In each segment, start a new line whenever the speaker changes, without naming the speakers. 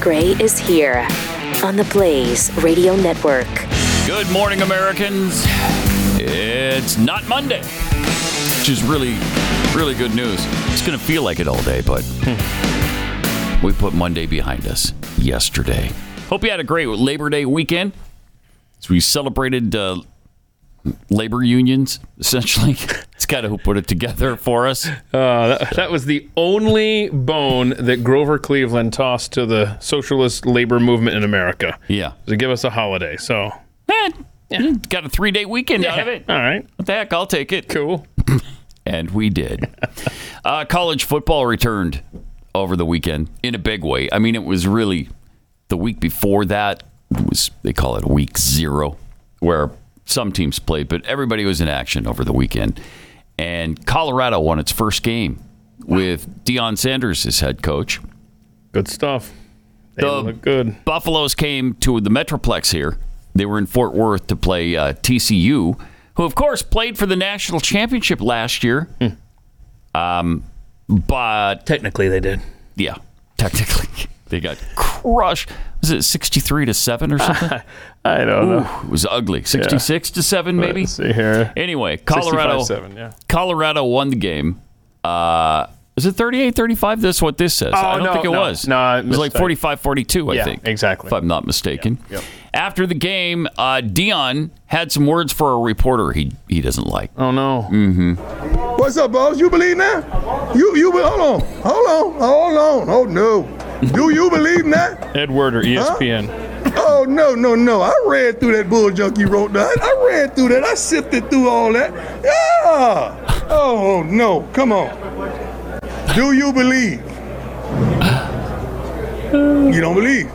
Gray is here on the Blaze Radio Network.
Good morning, Americans. It's not Monday, which is really, really good news. It's going to feel like it all day, but we put Monday behind us yesterday. Hope you had a great Labor Day weekend. So we celebrated uh, labor unions, essentially. it's kind of who put it together for us.
Uh, that, that was the only bone that Grover Cleveland tossed to the socialist labor movement in America.
Yeah.
To give us a holiday. So,
Eh, Got a three day weekend out of it.
all right.
What the heck? I'll take it.
Cool.
And we did. uh, college football returned over the weekend in a big way. I mean, it was really the week before that was they call it week zero, where some teams played, but everybody was in action over the weekend. And Colorado won its first game with Deion Sanders as head coach.
Good stuff. They
The-
look good.
Buffaloes came to the Metroplex here. They were in Fort Worth to play uh, TCU, who, of course, played for the national championship last year. Um, but
Hmm. Technically, they did.
yeah, technically, they got crushed. Was it sixty-three to seven or something?
I don't know.
it was ugly. Sixty-six to seven, maybe.
Let's see here.
Anyway, Colorado.
65-7, yeah.
Colorado won the game. Uh, was it 38 35? That's what this says. I don't
Oh, no,
think it
no,
was.
no, I
it was like
missed that.
45 42, I
Yeah,
think.
exactly.
If I'm not mistaken. After the game, uh, Dion had some words for a reporter he, he doesn't like. Mm-hmm.
Oh, no.
What's up, boss? You believe that? You you be- hold on, hold on, hold on. Oh no. Do you believe that?
Ed E Werder, ESPN.
Oh no, no, no. I read through that bull junk you wrote down. I read through that. I sifted through all that. Yeah. Oh no. Come on. Do you believe? You don't believe.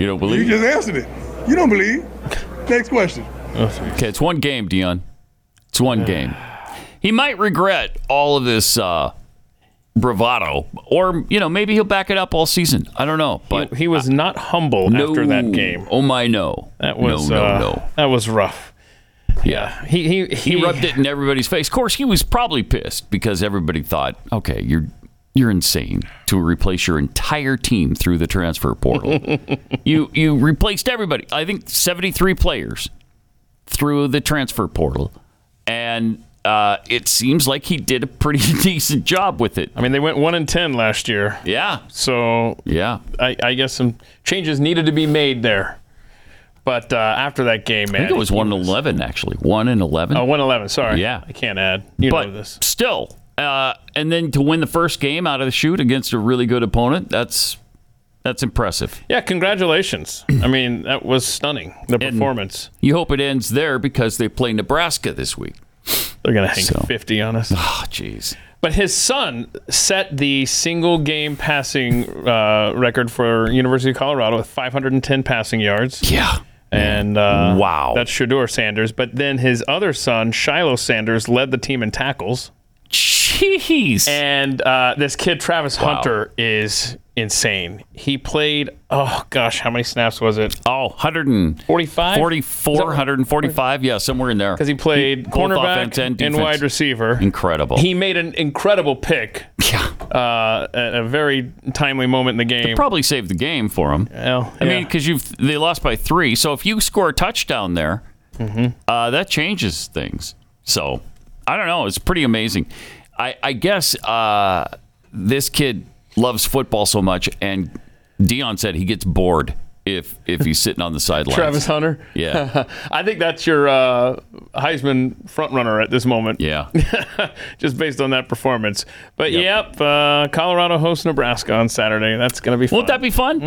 You don't
You
believe?
just answered it. You don't believe. Next question.
Okay, it's one game, Dion. It's one game. He might regret all of this uh, bravado, or, you know, maybe he'll back it up all season. I don't know. But
He was not humble after that
No.
game.
Oh, my, no.
That was
no, no,
uh,
no.
That was rough.
Yeah.
He he he,
he rubbed it in everybody's face. Of course, he was probably pissed because everybody thought, "Okay, you're you're insane to replace your entire team through the transfer portal. you you replaced everybody. I think 73 players through the transfer portal, and uh, it seems like he did a pretty decent job with it.
I mean, they went one and ten last year,
Yeah,
so
yeah.
I, I guess some changes needed to be made there. But uh, after that game, man,
I think it was one and eleven actually. One and eleven.
Oh, 111, Sorry,
Yeah.
I can't add. You
but
know this.
still, uh, and then to win the first game out of the shoot against a really good opponent, that's that's impressive.
Yeah, congratulations. I mean, that was stunning. The performance.
You hope it ends there because they play Nebraska this week.
They're gonna hang
So.
50 on us.
Ah,
Oh, jeez.
But his son set the single game passing uh, record for University of Colorado with 510 passing yards.
Yeah.
And uh,
Wow.
that's Shador Sanders. But then his other son, Shiloh Sanders, led the team in tackles.
Jeez.
And uh, this kid, Travis Hunter, is insane. He played, oh gosh, how many snaps was it?
oh, 144,
45?
145. Yeah, somewhere in there.
Because he played
Both
cornerback
offense and
and,
defense.
wide receiver.
Incredible.
He made an incredible pick
yeah.
uh, at a very timely moment in the game.
Probably saved the game for him.
Well,
I mean,
yeah.
because you've they lost by three. So if you score a touchdown there,
Mm-hmm.
uh, that changes things. So I don't know. It's pretty amazing. I, I guess uh, this kid loves football so much, and Dion said he gets bored if if he's sitting on the sidelines.
Travis Hunter.
Yeah.
I think that's your uh, Heisman frontrunner at this moment.
yeah,
just based on that performance. But yep, uh, Colorado hosts Nebraska on Saturday. That's gonna be fun. Mm-hmm.
won't that be fun?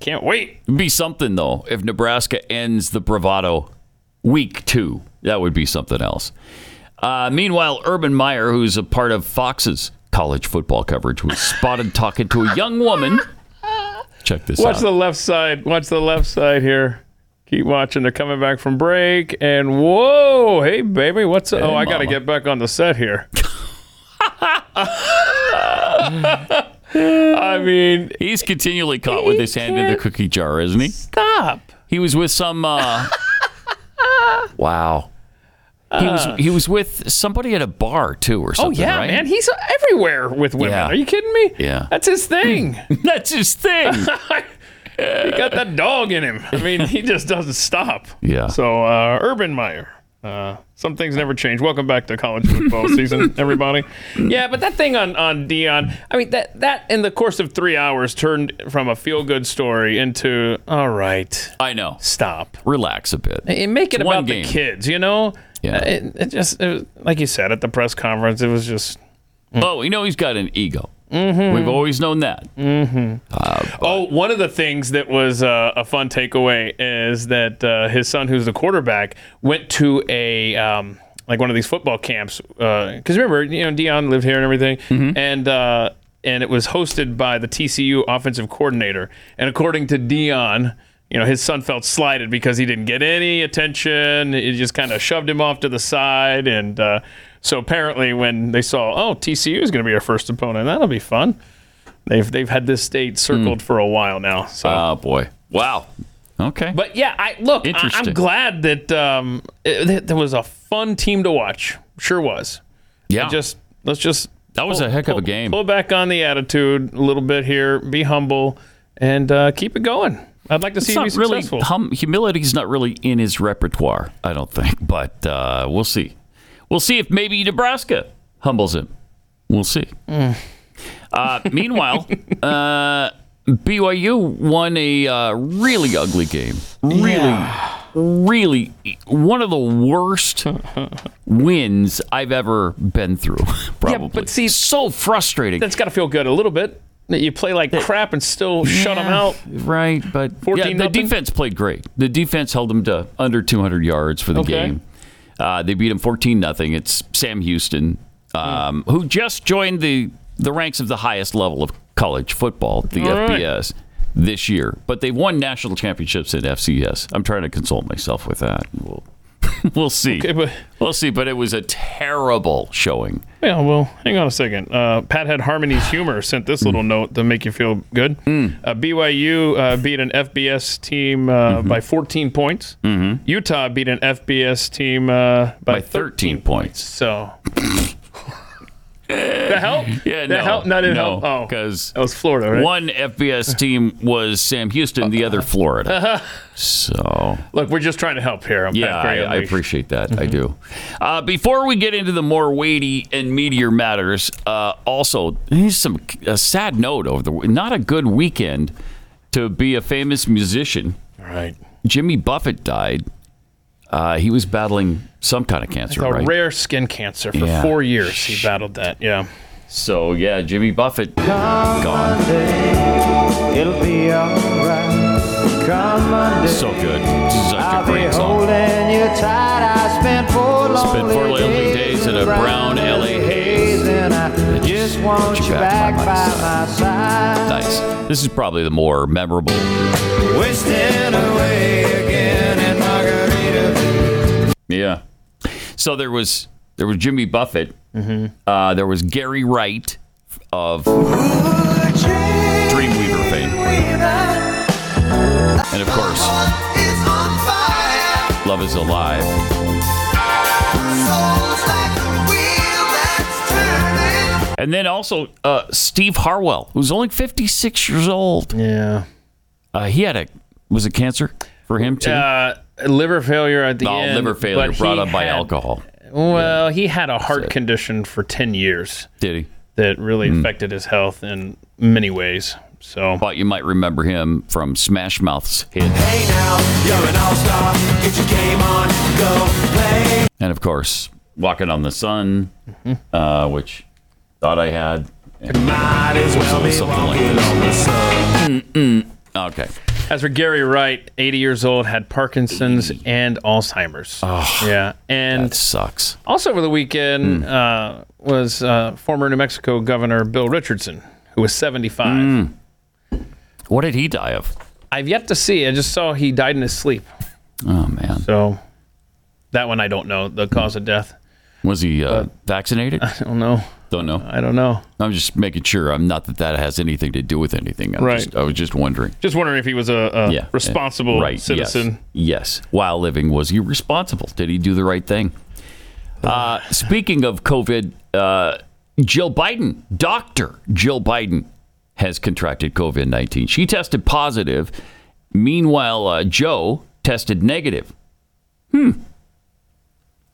Can't wait.
It'd be something though if Nebraska ends the bravado week two. That would be something else. Uh, meanwhile, Urban Meyer, who's a part of Fox's college football coverage, was spotted talking to a young woman. Check this
Watch
out.
the left side. Watch the left side here. Keep watching. They're coming back from break. And whoa, hey baby, what's up? oh? I gotta
mama.
get back on the set here. I mean,
He's continually caught with his hand in the cookie jar, isn't he?
stop.
He was with some. Uh, wow. He was he was with somebody at a bar too, or
Oh
something.
yeah,
right?
man, he's everywhere with women.
Yeah.
Are you kidding me?
Yeah.
that's his thing.
That's his thing.
he got that dog in him. I mean, he just doesn't stop.
Yeah.
So uh, Urban Meyer. Uh, some things never change. Welcome back to college football season, everybody. Yeah, but that thing on on Dion. I mean, that that in the course of three hours turned from a feel good story into all right,
I know.
stop
Relax a bit.
and make it
It's one
about
game.
the kids, you know.
Yeah.
Uh, It, it just it was, like you said at the press conference, it was just
Oh, you know he's got an ego. Mm-hmm. We've always known that.
Oh, one of the things that was uh, a fun takeaway is that uh, his son, who's the quarterback, went to a um, like one of these football camps. Because remember, you know, Dion lived here and everything, and uh, and it was hosted by the TCU offensive coordinator. And according to Dion. You know, his son felt slighted because he didn't get any attention. It just kind of shoved him off to the side. And uh, so apparently, when they saw, oh, TCU is going to be our first opponent, that'll be fun. They've they've had this state circled for a while now. So,
Oh Hmm. boy. Wow. Okay.
but yeah, I look. I,
Interesting.
I'm glad that um, it, that there was a fun team to watch. Sure was.
yeah.
Just let's just
That was a heck of a game.
Pull back on the attitude a little bit here. Be humble and uh, keep it going. I'd like to see
it's
you be
not really
successful.
hum, humility's not really in his repertoire, I don't think. But uh, we'll see. We'll see if maybe Nebraska humbles him. We'll see. Uh, meanwhile, uh, BYU won a uh, really ugly game. Really, really one of the worst wins I've ever been through. Probably.
but see-
so frustrating.
That's got to feel good a little bit that you play like crap and still shut 'em shut them
Yeah,
out.
Right, but
14
yeah, the
nothing?
defense played great. The defense held them to under 200 yards for the
Okay.
game. Uh, they beat them 14 nothing. It's Sam Houston,
Hmm.
um, who just joined the the ranks of the highest level of college football, the
All right.
FBS, this year. But they've won national championships in FCS. I'm trying to console myself with that. We'll we'll see.
Okay, but
We'll see. But it was a terrible showing.
Yeah, well, hang on a second. Uh, Pathead Harmony's Humor sent this
Hmm.
little note to make you feel good. Uh, BYU uh, beat an FBS team uh,
Mm-hmm.
by 14 points. Mm-hmm. Utah beat an FBS team uh, by,
Hmm. By 13
points.
points.
So. that help?
Yeah,
that
no,
help? No, didn't
no,
help. Oh,
because
that was Florida, right?
One FBS team was Sam Houston, the other Florida. So,
Look, we're just trying to help here. on
yeah,
Pat Gray
I, I
Unleashed.
appreciate that. I do. Uh, before we get into the more weighty and meteor matters, uh, also, here's some a sad note over the not a good weekend to be a famous musician.
All right.
Jimmy Buffett died. Uh, he was battling some kind of cancer,
A
right?
rare skin cancer for
Yeah.
four years. He battled that. Yeah.
So, yeah, Jimmy Buffett gone.
It'll be alright. Come Monday.
So good. Such a
I'll be
great song.
holding you tight. I spent four lonely,
Spent four lonely days in a brown LA haze.
And I just want
Put
you back by my side.
Nice. This is probably the more memorable.
Wasting away again in Margaritaville.
Yeah. So there was there was Jimmy Buffett. Uh, there was Gary Wright of Dreamweaver fame, and of course, Love Is Alive. And then also uh, Steve Harwell, who's only 56 years old.
Yeah.
Uh, he had a was it cancer for him too?
Uh, liver failure at the
Oh,
end.
liver failure
but
brought
he
on by
had-
alcohol.
Well, he had a heart condition for 10 years
Did he? Hmm.
that really affected his health in many ways. So,
But you might remember him from Smash Mouth's hit.
Hey now, you're an all-star. Get your game on, go play.
and of course walking on the sun
Mm-hmm.
uh, which thought i had
Might as well be
Something like
walking on the sun.
okay
as for Gary Wright, 80 years old, had Parkinson's and Alzheimer's. yeah. And
that sucks Hmm.
also over the weekend uh, was uh, former New Mexico Governor Bill Richardson, who was 75.
Hmm. what did he die of
I've yet to see. I just saw he died in his sleep.
oh man
So, that one I don't know the cause of death.
was he uh, vaccinated
I don't know.
don't know
I don't know.
i'm just making sure i'm not that that has anything to do with anything I'm
Right.
just, i was just wondering
Just wondering if he was a, a
yeah
responsible
right yes.
citizen.
yes. while living was he responsible did he do the right thing uh, speaking of covid uh, jill biden dr jill biden has contracted COVID 19. She tested positive. Meanwhile, uh, Joe tested negative. Hmm.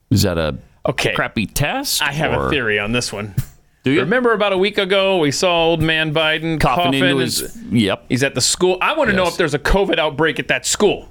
Is that a
okay.
crappy test?
I have
or-
a theory on this one.
Do you?
Remember about a week ago we saw old man Biden coughing,
Coughing into
and-
his. Yep.
He's at the school. I want to know
Yes.
if there's a COVID outbreak at that school.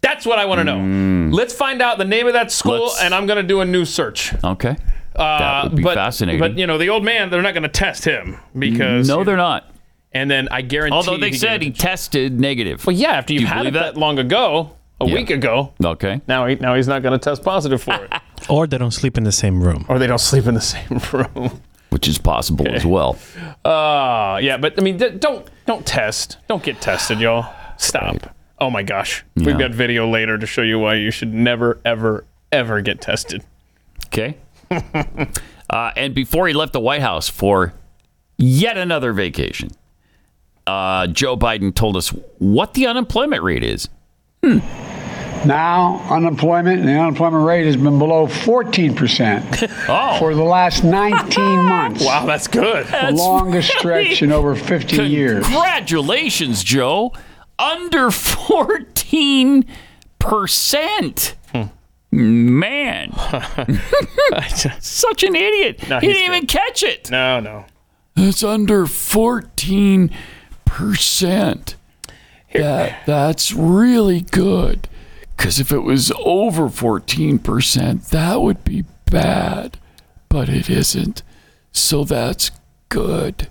That's what I want to know. Let's find out the name of that school,
Mm. Let's-
and I'm going to do a new search. Uh,
Okay. that would be
but,
fascinating.
But you know, the old man, they're not going to test him because
no, they're not.
And then I guarantee.
Although they
he
said he
gets-
tested negative.
Well, yeah, after you've
you
had it
believe
that?
that?
long ago, a
Yeah.
week ago,
Okay.
now he, now he's not going to test positive for it,
Or they don't sleep in the same room.
or they don't sleep in the same room.
Which is possible as well.
Uh yeah, but I mean, d- don't don't test, don't get tested, y'all. Stop. Oh my gosh,
Yeah.
we've got video later to show you why you should never, ever, ever get tested.
Okay. uh, and before he left the White House for yet another vacation, uh, Joe Biden told us what the unemployment rate is.
Now, unemployment and the unemployment rate has been below 14% for
Oh,
the last 19 months.
Wow, that's good.
The longest stretch in over 50 years.
congratulations, Joe. Under 14%. Man, such an idiot. he
he's
didn't even catch it.
No, no.
It's under 14%. That, that's really good. Because if it was over 14%, that would be bad. But it isn't. So that's good.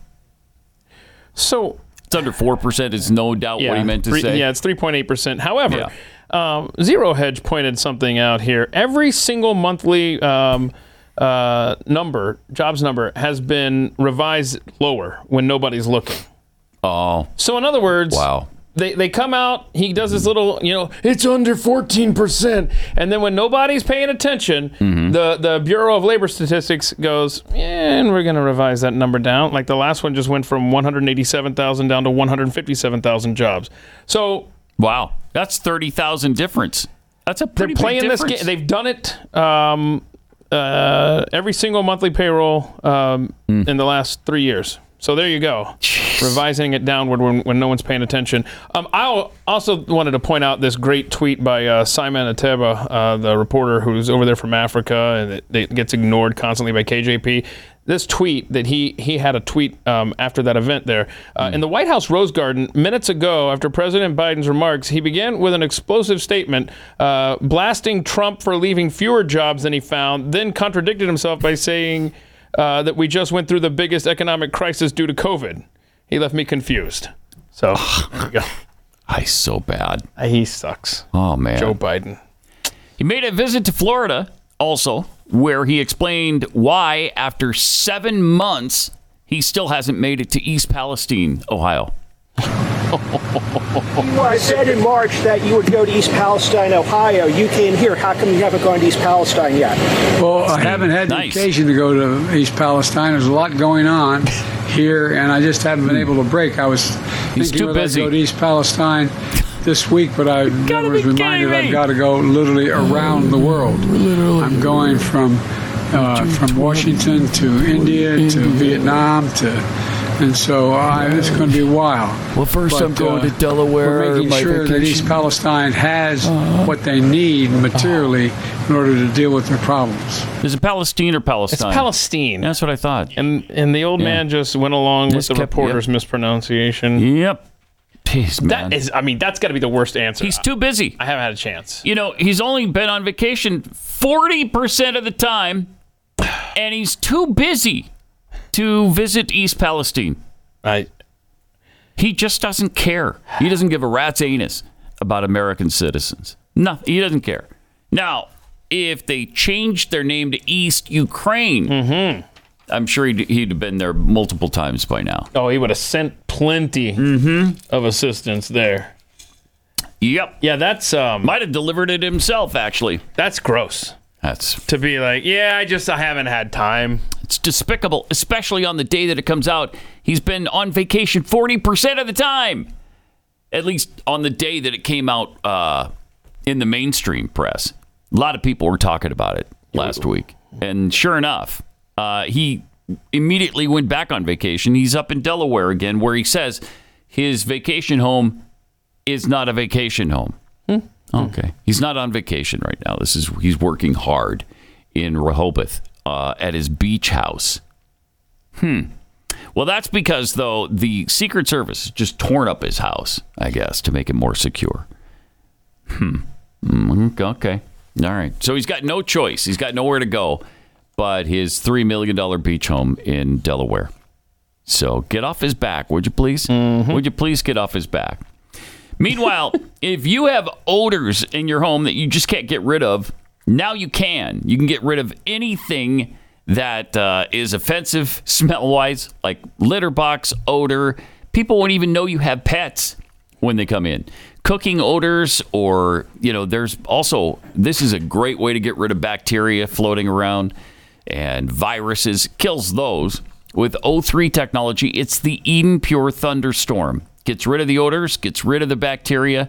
So
It's under 4% is no doubt what he meant to
three-
say.
Yeah, it's 3.8%. However, um, Zero Hedge pointed something out here. Every single monthly um, uh, number, jobs number, has been revised lower when nobody's looking.
Oh,
So, in other words,
wow.
They, they come out, he does this little, you know, it's under 14%. And then when nobody's paying attention, the, the Bureau of Labor Statistics goes, and we're going to revise that number down. Like the last one just went from 187,000 down to 157,000 jobs. So
Wow. That's 30,000 difference. That's a
they're
pretty
playing
big
this
difference.
game. They've done it um, uh, every single monthly payroll um, in the last three years. So there you go, revising it downward when, when no one's paying attention. Um, I al- also wanted to point out this great tweet by uh, Simon Ateba, uh, the reporter who's over there from Africa and it, it gets ignored constantly by KJP. This tweet that he he had a tweet um, after that event there uh,
Hmm.
in the White House Rose Garden minutes ago after President Biden's remarks, he began with an explosive statement uh, blasting Trump for leaving fewer jobs than he found, then contradicted himself by saying uh, that we just went through the biggest economic crisis due to COVID. He left me confused. So there you go.
I so bad.
he sucks.
Oh, man.
Joe Biden.
He made a visit to Florida also, where he explained why, after seven months, he still hasn't made it to East Palestine, Ohio.
I said in March that you would go to East Palestine, Ohio. You came here. How come you haven't gone to East Palestine yet?
Well, I haven't had the
Nice.
occasion to go to East Palestine. There's a lot going on here, and I just haven't been able to break. I was
Hmm. He's
thinking
too
whether
busy.
to go to East Palestine this week, but I
gotta
was
be kidding
reminded
me.
I've got to go literally around the world. I'm going from uh, from Washington to India to Vietnam to, and so I, it's going to be a while.
Well, first
But,
I'm going to
uh,
Delaware,
We're making
my
sure that
vacation.
East Palestine has what they need materially in order to deal with their problems.
Is it Palestine or
It's
Palestine?
Palestine.
That's what I thought.
And and the old man just went along
Just
with the
kept-
reporter's mispronunciation.
Yep. Jeez, man.
That is, I mean, that's got to be the worst answer.
He's too busy.
I haven't had a chance.
You know, he's only been on vacation 40% of the time, and he's too busy to visit East Palestine.
I,
He just doesn't care. He doesn't give a rat's anus about American citizens. No, he doesn't care. Now, if they changed their name to East Ukraine,
Mm-hmm.
I'm sure he'd, he'd have been there multiple times by now. Mm-hmm.
oh, he would have sent plenty of assistance there.
Yep.
Yeah, that's um,
Might have delivered it himself, actually.
that's gross
That's
to be like, yeah, I just I haven't had time.
it's despicable, especially on the day that it comes out. He's been on vacation 40% of the time, at least on the day that it came out uh, in the mainstream press. A lot of people were talking about it last week. And sure enough, uh, he immediately went back on vacation. He's up in Delaware again, where he says his vacation home is not a vacation home. Okay, he's not on vacation right now. This is he's working hard in Rehoboth uh, at his beach house. Hmm. Well, that's because though the Secret Service has just torn up his house, I guess, to make it more secure. Hmm. Mm, Okay. All right. So he's got no choice. He's got nowhere to go but his $3 million beach home in Delaware. So get off his back, would you please? Would you please get off his back? Meanwhile, if you have odors in your home that you just can't get rid of, now you can. You can get rid of anything that uh, is offensive smell wise, like litter box odor. People won't even know you have pets when they come in. Cooking odors, or, you know, there's also, this is a great way to get rid of bacteria floating around and viruses, kills those with O3 technology. It's the Eden Pure Thunderstorm. Gets rid of the odors, gets rid of the bacteria.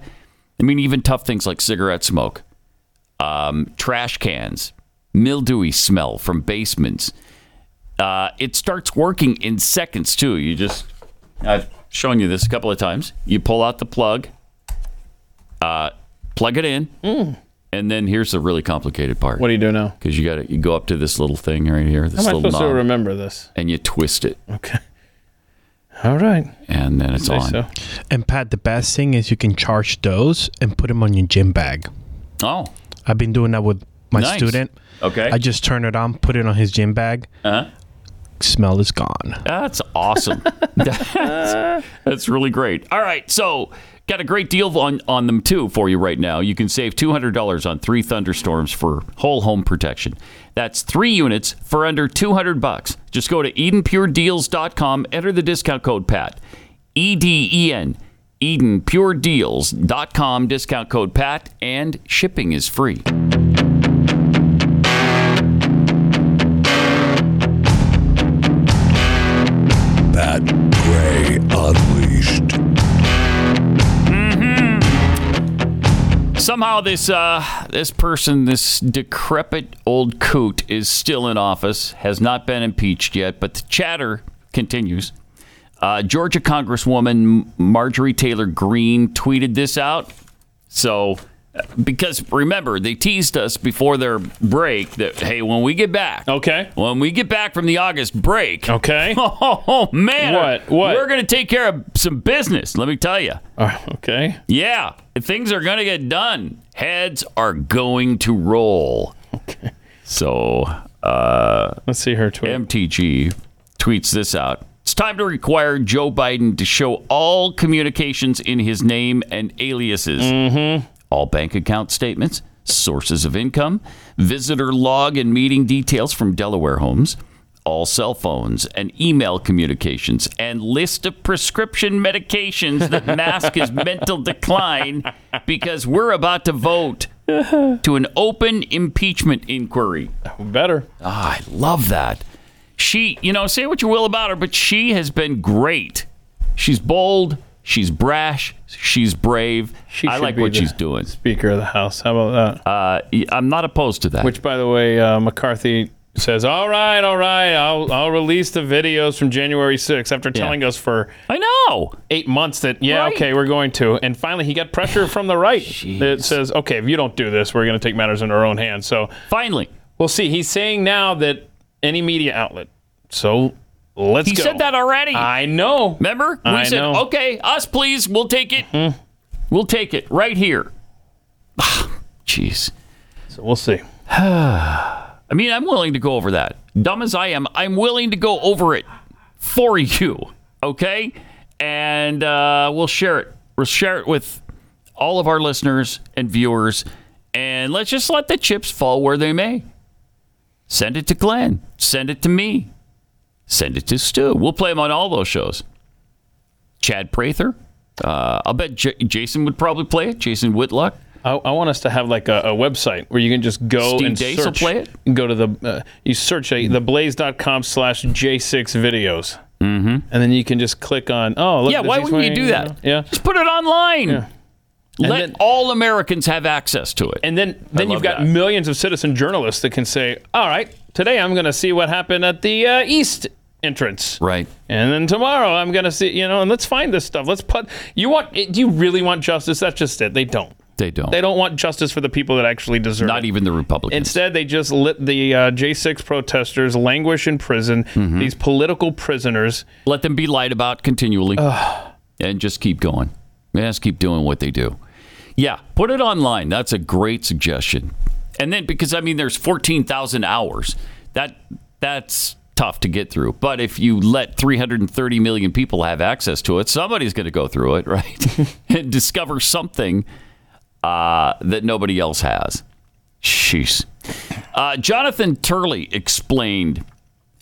I mean, even tough things like cigarette smoke, um, trash cans, mildewy smell from basements. Uh, it starts working in seconds, too. You just, I've shown you this a couple of times. You pull out the plug, uh, plug it in, and then here's the really complicated part. What do
you Mm. do now?
Because you got to you go up to this little thing right here,
How
this
am I
little
supposed
knob,
to remember this?
and you twist it.
Okay. All right.
And then it's
Say
on.
so. And Pat, the best thing is you can charge those and put them on your gym bag.
Oh.
I've been doing that with my
Nice.
student.
Okay.
I just turn it on, put it on his gym bag.
Uh-huh.
Smell is gone.
That's awesome. that's, that's really great. All right, so got a great deal on on them too for you right now. You can save two hundred dollars on three thunderstorms for whole home protection. That's three units for under two hundred bucks. Just go to EdenPureDeals.com. Enter the discount code Pat. E D E N. EdenPureDeals.com. Discount code Pat, and shipping is free.
Pat Gray Unleashed.
Somehow this uh, this person, this decrepit old coot, is still in office, has not been impeached yet, but the chatter continues. Uh, Georgia Congresswoman Marjorie Taylor Greene tweeted this out. So, because remember, they teased us before their break that hey, when we get back, okay, when we get back from the August break, okay, oh, man,
What? What? Uh,
we're gonna take care of some business. Let me tell you.
okay.
Yeah, things are going to get done. Heads are going to roll. Okay. So, uh,
let's see her tweet.
MTG tweets this out. It's time to require Joe Biden to show all communications in his name and aliases. Mm-hmm. All bank account statements, sources of income, visitor log and meeting details from Delaware homes, all cell phones and email communications, and list of prescription medications that mask his mental decline because we're about to vote to an open impeachment inquiry.
Better.
Ah, I love that. She, you know, say what you will about her, but she has been great. She's bold. She's brash. She's brave.
She
I
should
like
be
what
the
she's doing.
Speaker of the House. How about that?
Uh, y- I'm not opposed to that.
Which, by the way, uh, McCarthy says, "All right, all right, I'll I'll release the videos from January 6th after telling us for
I know
eight months that yeah, okay, we're going to." And finally, he got pressure from the right that says, "Okay, if you don't do this, we're going to take matters into our own hands." So
finally,
we'll see. He's saying now that any media outlet. So let's
he
go.
said that already.
I know.
Remember? We
I
said,
know. Hmm.
okay, us please, we'll take it. We'll take it right here. Jeez.
So we'll see.
I mean, I'm willing to go over that. Dumb as I am, I'm willing to go over it for you. Okay? And uh, we'll share it. We'll share it with all of our listeners and viewers. And let's just let the chips fall where they may. Send it to Glenn. Send it to me. Send it to Stu. We'll play him on all those shows. Chad Prather. Uh, I'll bet J- Jason would probably play it. Jason Whitlock.
I, I want us to have like a, a website where you can just go
Steve
and
Dace will
search.
play it?
and Go to the uh, you search a, theblaze.com slash j6 videos, mm-hmm. and then you can just click on. Oh, look,
yeah,
this
why
is
wouldn't you
my-
do that?
Yeah,
Just put it online.
And
Let
then-
all Americans have access to it.
and then then you've got millions of citizen journalists that can say, "All right, today I'm going to see what happened at the uh, East entrance.
Right.
And then tomorrow I'm gonna see you know, and let's find this stuff. Let's put you want do you really want justice? That's just it. They don't.
They don't.
They don't want justice for the people that actually deserve
Not
it.
even the Republicans.
Instead, they just let the uh, J6 protesters languish in prison. These political prisoners.
Mm-hmm. Let them be lied about continually. and just keep going. Just keep doing what they do. Yeah, put it online. That's a great suggestion. And then because I mean, there's fourteen thousand hours. That that's tough to get through. But if you let three hundred and thirty million people have access to it, somebody's going to go through it, right? and discover something uh, that nobody else has. Jeez. Uh, Jonathan Turley explained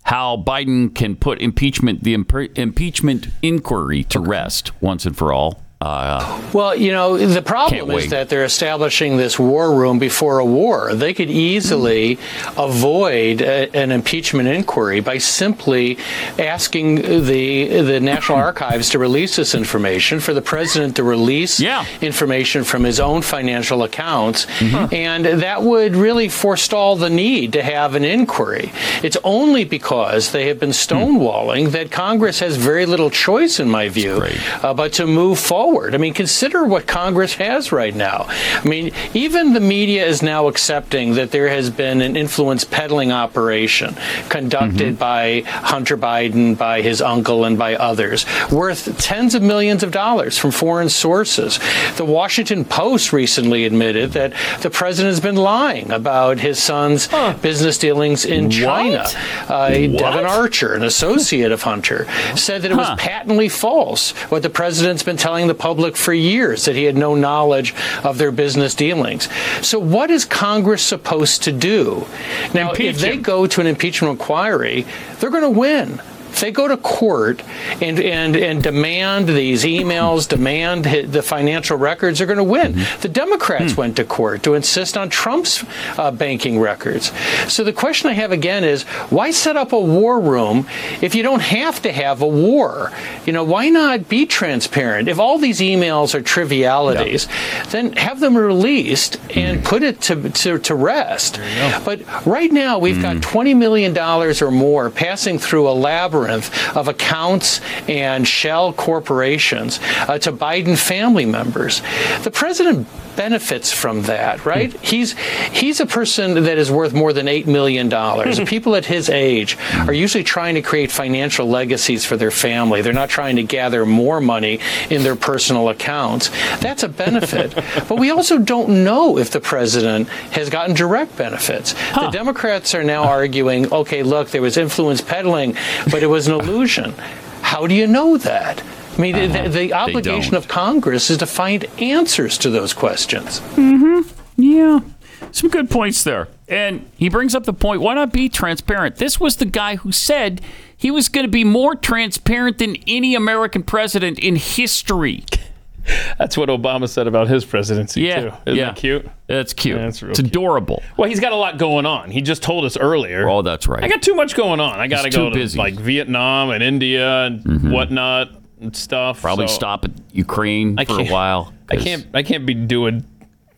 how Biden can put impeachment, the imp- impeachment inquiry to rest once and for all. Uh,
Well, you know, the problem
wait.
is that they're establishing this war room before a war. They could easily avoid a, an impeachment inquiry by simply asking the the National Archives to release this information for the president to release information from his own financial accounts, and that would really forestall the need to have an inquiry. It's only because they have been stonewalling that Congress has very little choice, in my view, uh, but to move forward. I mean, consider what Congress has right now. I mean, even the media is now accepting that there has been an influence peddling operation conducted by Hunter Biden, by his uncle, and by others, worth tens of millions of dollars from foreign sources. The Washington Post recently admitted that the president has been lying about his son's business dealings in China. Uh, Devin Archer, an associate of Hunter, said that it was patently false what the president's been telling the public for years that he had no knowledge of their business dealings. So, what is Congress supposed to do? Now, if they go to an impeachment inquiry, they're going to win. If they go to court and, and, and demand these emails, demand hi- the financial records, they're going to win. The Democrats went to court to insist on Trump's uh, banking records. So the question I have again is why set up a war room if you don't have to have a war? You know, why not be transparent? If all these emails are trivialities, then have them released and put it to, to, to rest. But right now, we've got $20 million or more passing through a labyrinth of accounts and shell corporations uh, to Biden family members. The president benefits from that, right? He's he's a person that is worth more than eight million dollars. People at his age are usually trying to create financial legacies for their family. They're not trying to gather more money in their personal accounts. That's a benefit. but we also don't know if the president has gotten direct benefits. The Democrats are now arguing, okay, look, there was influence peddling, but it was an illusion. How do you know that? I mean, the, the obligation of Congress is to find answers to those questions.
mm-hmm. Yeah, some good points there. And he brings up the point: why not be transparent? This was the guy who said he was going to be more transparent than any American president in history.
That's what Obama said about his presidency
Yeah,
too. Isn't
yeah.
that cute?
That's cute.
that's real
it's adorable.
Well, he's got a lot going on. He just told us earlier.
Oh, that's right.
I got too much going on. I got to
He's too
go to
busy. Mm-hmm.
like Vietnam and India and whatnot and stuff.
Probably
so
stop at Ukraine
I
for a
can't-
while.
I can't. I can't be doing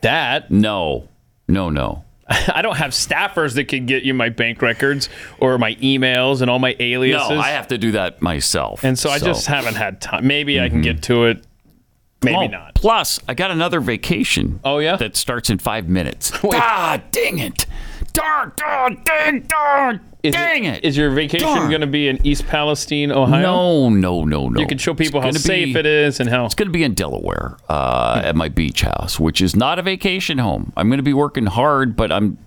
that.
No, no, no.
I don't have staffers that can get you my bank records or my emails and all my aliases.
No, I have to do that myself.
And so, I just haven't had time. Maybe I can get to it. Maybe
Oh,
not.
Plus, I got another vacation. Oh yeah, that starts in five minutes. God dang it! Darn, darn, dang, darn, dang it!
Is your vacation
Darn.
going to be in East Palestine, Ohio?
No, no, no, no.
You can show people how
gonna
safe
be-
it is and how.
It's going to be in Delaware uh, at my beach house, which is not a vacation home. I'm going to be working hard, but I'm,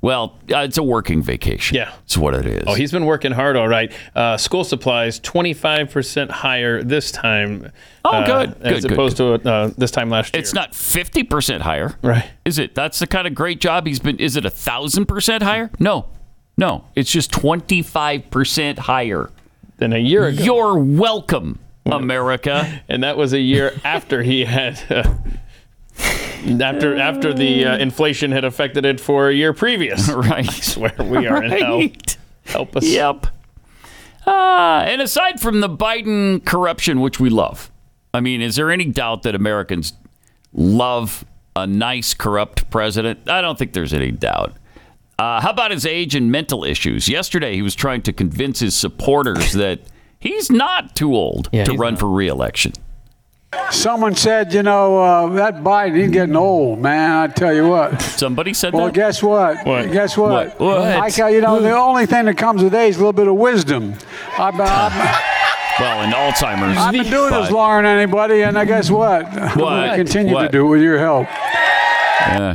well, uh, it's a working vacation. Yeah. It's what it is.
Oh, he's been working hard, all right. Uh, school supplies, 25% higher this time.
Oh,
uh,
good,
As
good, good,
opposed to uh, this time last year.
It's not 50% higher.
Right.
Is it? That's the kind of great job he's been. Is it a 1,000% higher? No. No. It's just 25% higher
than a year ago.
You're welcome, America.
And that was a year after he had. Uh, after after the uh, inflation had affected it for a year previous.
Right.
I swear we are in hell.
Right.
Help us.
Yep. Uh, and aside from the Biden corruption, which we love, I mean, is there any doubt that Americans love a nice, corrupt president? I don't think there's any doubt. Uh, how about his age and mental issues? Yesterday, he was trying to convince his supporters that he's not too old to run for reelection.
Someone said, you know, uh, that Biden, he's getting old, man. I tell you what.
Somebody said
well,
that?
guess what?
What?
Guess what?
What? What?
I ca- you know, the only thing that comes with age is a little bit of wisdom. I've been, I've,
Well, and Alzheimer's.
I've been doing
but-
this longer than anybody, and I guess what? I'm gonna
What?
continue
What?
to do it with your help.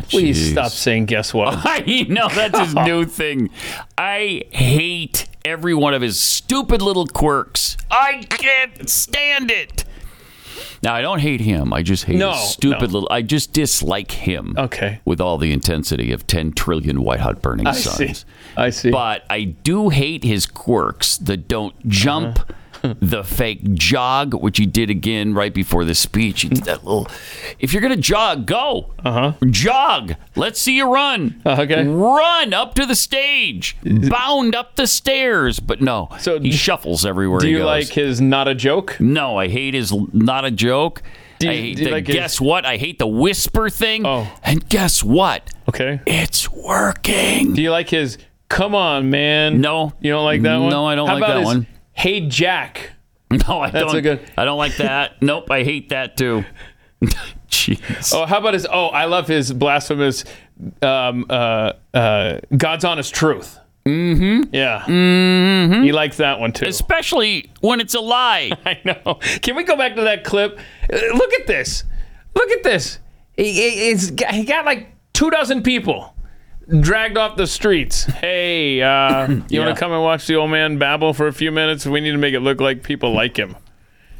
Please
Ah, jeez.
stop saying guess what.
I know that's his new thing. I hate every one of his stupid little quirks. I can't stand it. Now I don't hate him. I just hate
No,
his stupid
no.
little. I just dislike him.
Okay.
With all the intensity of ten trillion white hot burning
I see. Uh-huh.
suns. I see. But I do hate his quirks that don't jump. The fake jog, which he did again right before the speech. He did that little. If you're gonna jog, go.
Uh-huh.
Uh huh. Jog. Let's see you run.
Uh,
Okay. Run up to the stage. Bound up the stairs. But no. So he shuffles everywhere.
Do
he
you
goes.
like his not a joke?
No, I hate his l- not a joke.
Do you-
I hate
do you
the
like his-
guess what? I hate the whisper thing. Oh. And guess what?
Okay.
It's working.
Do you like his come on, man?
No.
You don't like that one?
No, I don't
How
like
about
that
his,
one.
Hey Jack.
No, I
That's
don't.
a good-
I don't like that. nope, I hate that too.
Oh, how about his? Oh, I love his blasphemous um, uh, uh, God's honest truth. Mm-hmm. Yeah. Mm-hmm. He likes that one too,
especially when it's a lie.
I know. Can we go back to that clip? Uh, Look at this. Look at this. He, he- he's got, he got like two dozen people dragged off the streets. Hey, uh, you
Yeah.
want to come and watch the old man babble for a few minutes? We need to make it look like people like him.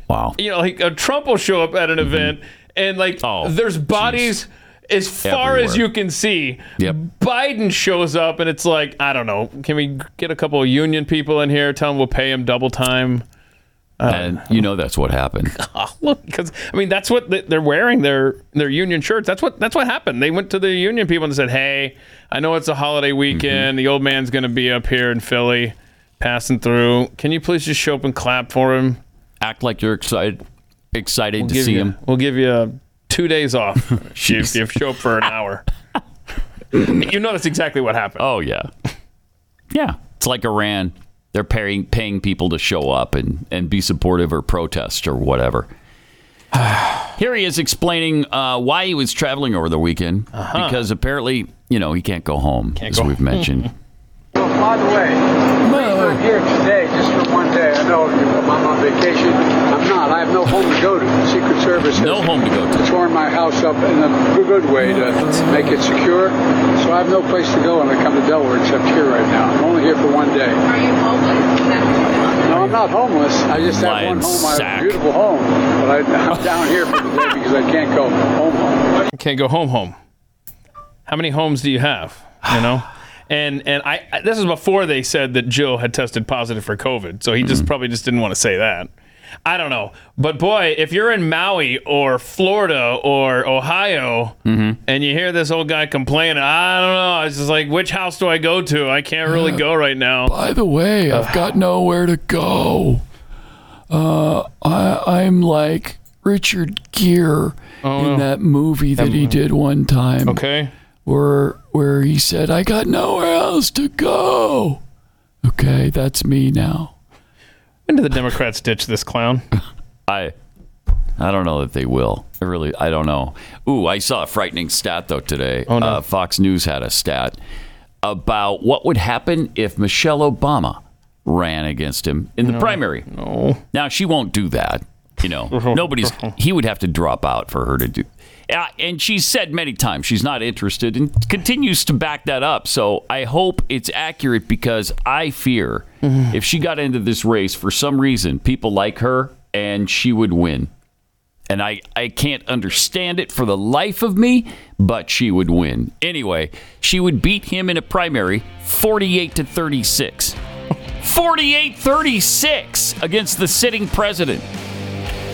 Wow. Mm-hmm.
You know, like uh, Trump will show up at an event and like there's bodies as far as
Oh, Everywhere.
you can see.
Yep.
Biden shows up and it's like, I don't know, can we get a couple of union people in here? Tell them we'll pay him double time.
and you know that's what happened.
Oh, look, because I mean that's what they- they're wearing their their union shirts. That's what that's what happened. They went to the union people and said, "Hey, I know it's a holiday
Mm-hmm.
weekend. The old man's going to be up here in Philly, passing through. Can you please just show up and clap for him?
Act like you're excited excited to
give
see
you,
him.
We'll give you uh, two days off if you- if you show up for an hour. you know that's exactly what happened.
Oh yeah, yeah. It's like Iran. They're paying paying people to show up and and be supportive or protest or whatever. Here he is explaining uh, why he was traveling over the weekend
Uh-huh.
because apparently, you know, he can't go home, as we've mentioned.
By the way, I'm here today just for one day. I know you- I'm on vacation. I'm not. I have no home to go to. The Secret Service no home
to go
to. torn my house up in a good way to make it secure. So I have no place to go when I come to Delaware except here right now. I'm only here for one day. Are you homeless? No, I'm not homeless. I just have one home. I have a beautiful home, but I, I'm down here for the day because I can't go home. home.
can't go home home how many homes do you have you know and and I, I this is before they said that jill had tested positive for covid so he just
Mm-hmm.
probably just didn't want to say that i don't know but boy if you're in maui or florida or ohio and you hear this old guy complaining i don't know it's just like which house do i go to i can't really go right now
By the way, I've got nowhere to go. Uh, I, I'm like Richard Gere
Oh,
in
no.
that movie that
That
he
movie.
did one time.
Okay.
Where where he said, "I got nowhere else to go." Okay, that's me now.
when do the democrats ditch this clown
I I don't know that they will. I really I don't know. Ooh, I saw a frightening stat though today. Oh, no. uh, Fox News had a stat about what would happen if Michelle Obama ran against him in the primary. No. Now she won't do that. You know, nobody's. He would have to drop out for her to do. Uh, and she said many times she's not interested, and continues to back that up. So I hope it's accurate because I fear if she got into this race for some reason, people like her and she would win. And I, I can't understand it for the life of me, but she would win. Anyway, she would beat him in a primary 48 to 36. 48 36 against the sitting president.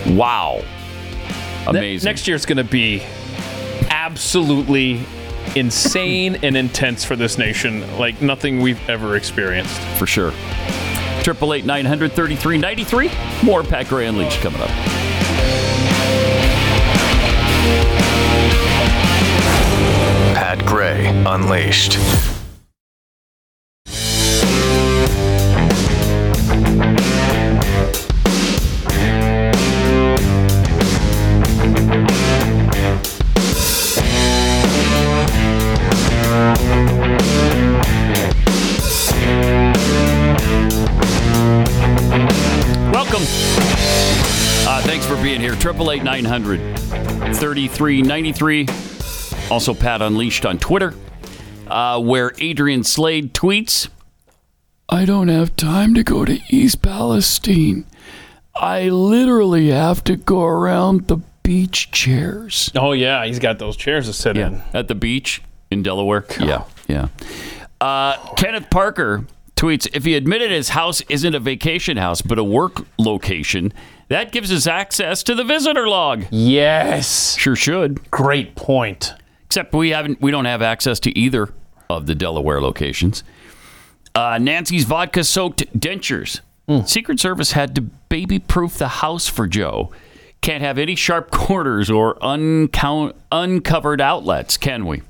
Wow. Amazing.
next year's going to be absolutely insane and intense for this nation, like nothing we've ever experienced.
For sure. Triple eight nine hundred thirty three ninety three. More Pat Gray Unleashed coming up.
Pat Gray Unleashed.
Uh, here. Triple eight nine hundred thirty three ninety three. Also, Pat Unleashed on Twitter, uh, where Adrian Slade tweets.
I don't have time to go to East Palestine. I literally have to go around the beach chairs.
Oh yeah, he's got those chairs to sit in
at the beach in Delaware. Yeah, yeah. Uh, Kenneth Parker tweets: If he admitted his house isn't a vacation house but a work location, that gives us access to the visitor log.
Yes,
sure should.
Great point.
Except we haven't, we don't have access to either of the Delaware locations. Uh, Nancy's vodka-soaked dentures. Secret Service had to baby-proof the house for Joe. Can't have any sharp corners or uncount, uncovered outlets, can we?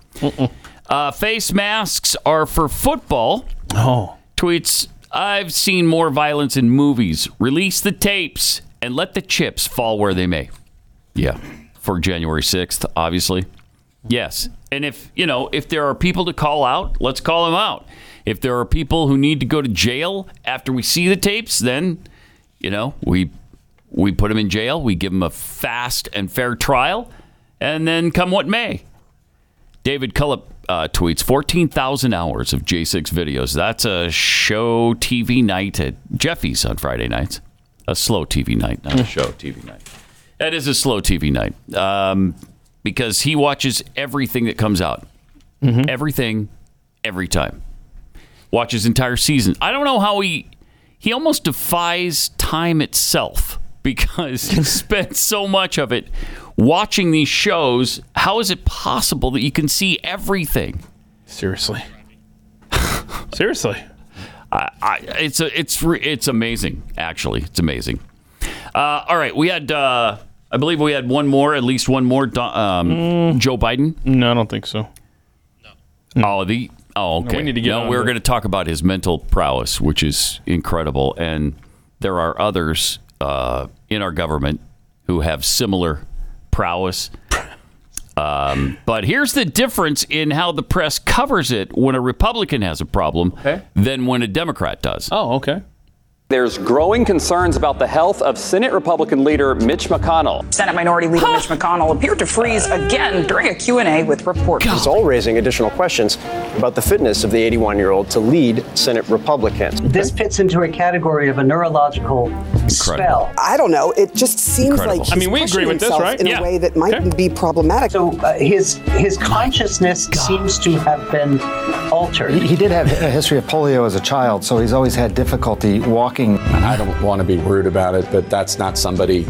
Uh, face masks are for football.
Oh.
Tweets I've seen more violence in movies. Release the tapes and let the chips fall where they may. Yeah. For January 6th, obviously. Yes. And if, you know, if there are people to call out, let's call them out. If there are people who need to go to jail after we see the tapes, then, you know, we we put them in jail, we give them a fast and fair trial, and then come what may. David Cullip uh, tweets 14,000 hours of J6 videos. That's a show TV night at Jeffy's on Friday nights. A slow TV night, not a show TV night. That is a slow TV night um, because he watches everything that comes out.
Mm-hmm.
Everything, every time. Watches entire season. I don't know how he, he almost defies time itself because he spent so much of it watching these shows. How is it possible that you can see everything?
Seriously. Seriously.
I, I, it's a, it's re- it's amazing. Actually, it's amazing. Uh, all right, we had uh, I believe we had one more, at least one more. Do- Um,
Mm.
Joe Biden.
No, I don't think so.
Oh, the oh,
No,
okay.
we need to get
no,
on
we're
the-
going to talk about his mental prowess, which is incredible, and there are others uh, in our government who have similar prowess. Um, but here's the difference in how the press covers it when a Republican has a problem than when a Democrat does.
Oh, okay.
There's growing concerns about the health of Senate Republican leader Mitch McConnell.
Senate Minority Leader Mitch McConnell appeared to freeze again during a Q&A with reporters.
It's all raising additional questions about the fitness of the 81 year old to lead Senate Republicans.
This fits into a category of a neurological spell.
I don't know. It just seems
Incredible.
like he's
I mean, we agree
pushing
with this,
himself
right?
In
Yeah.
a way that might be problematic.
So uh, his his consciousness seems to have been altered.
He did have a history of polio as a child, so he's always had difficulty walking.
I don't want to be rude about it, but that's not somebody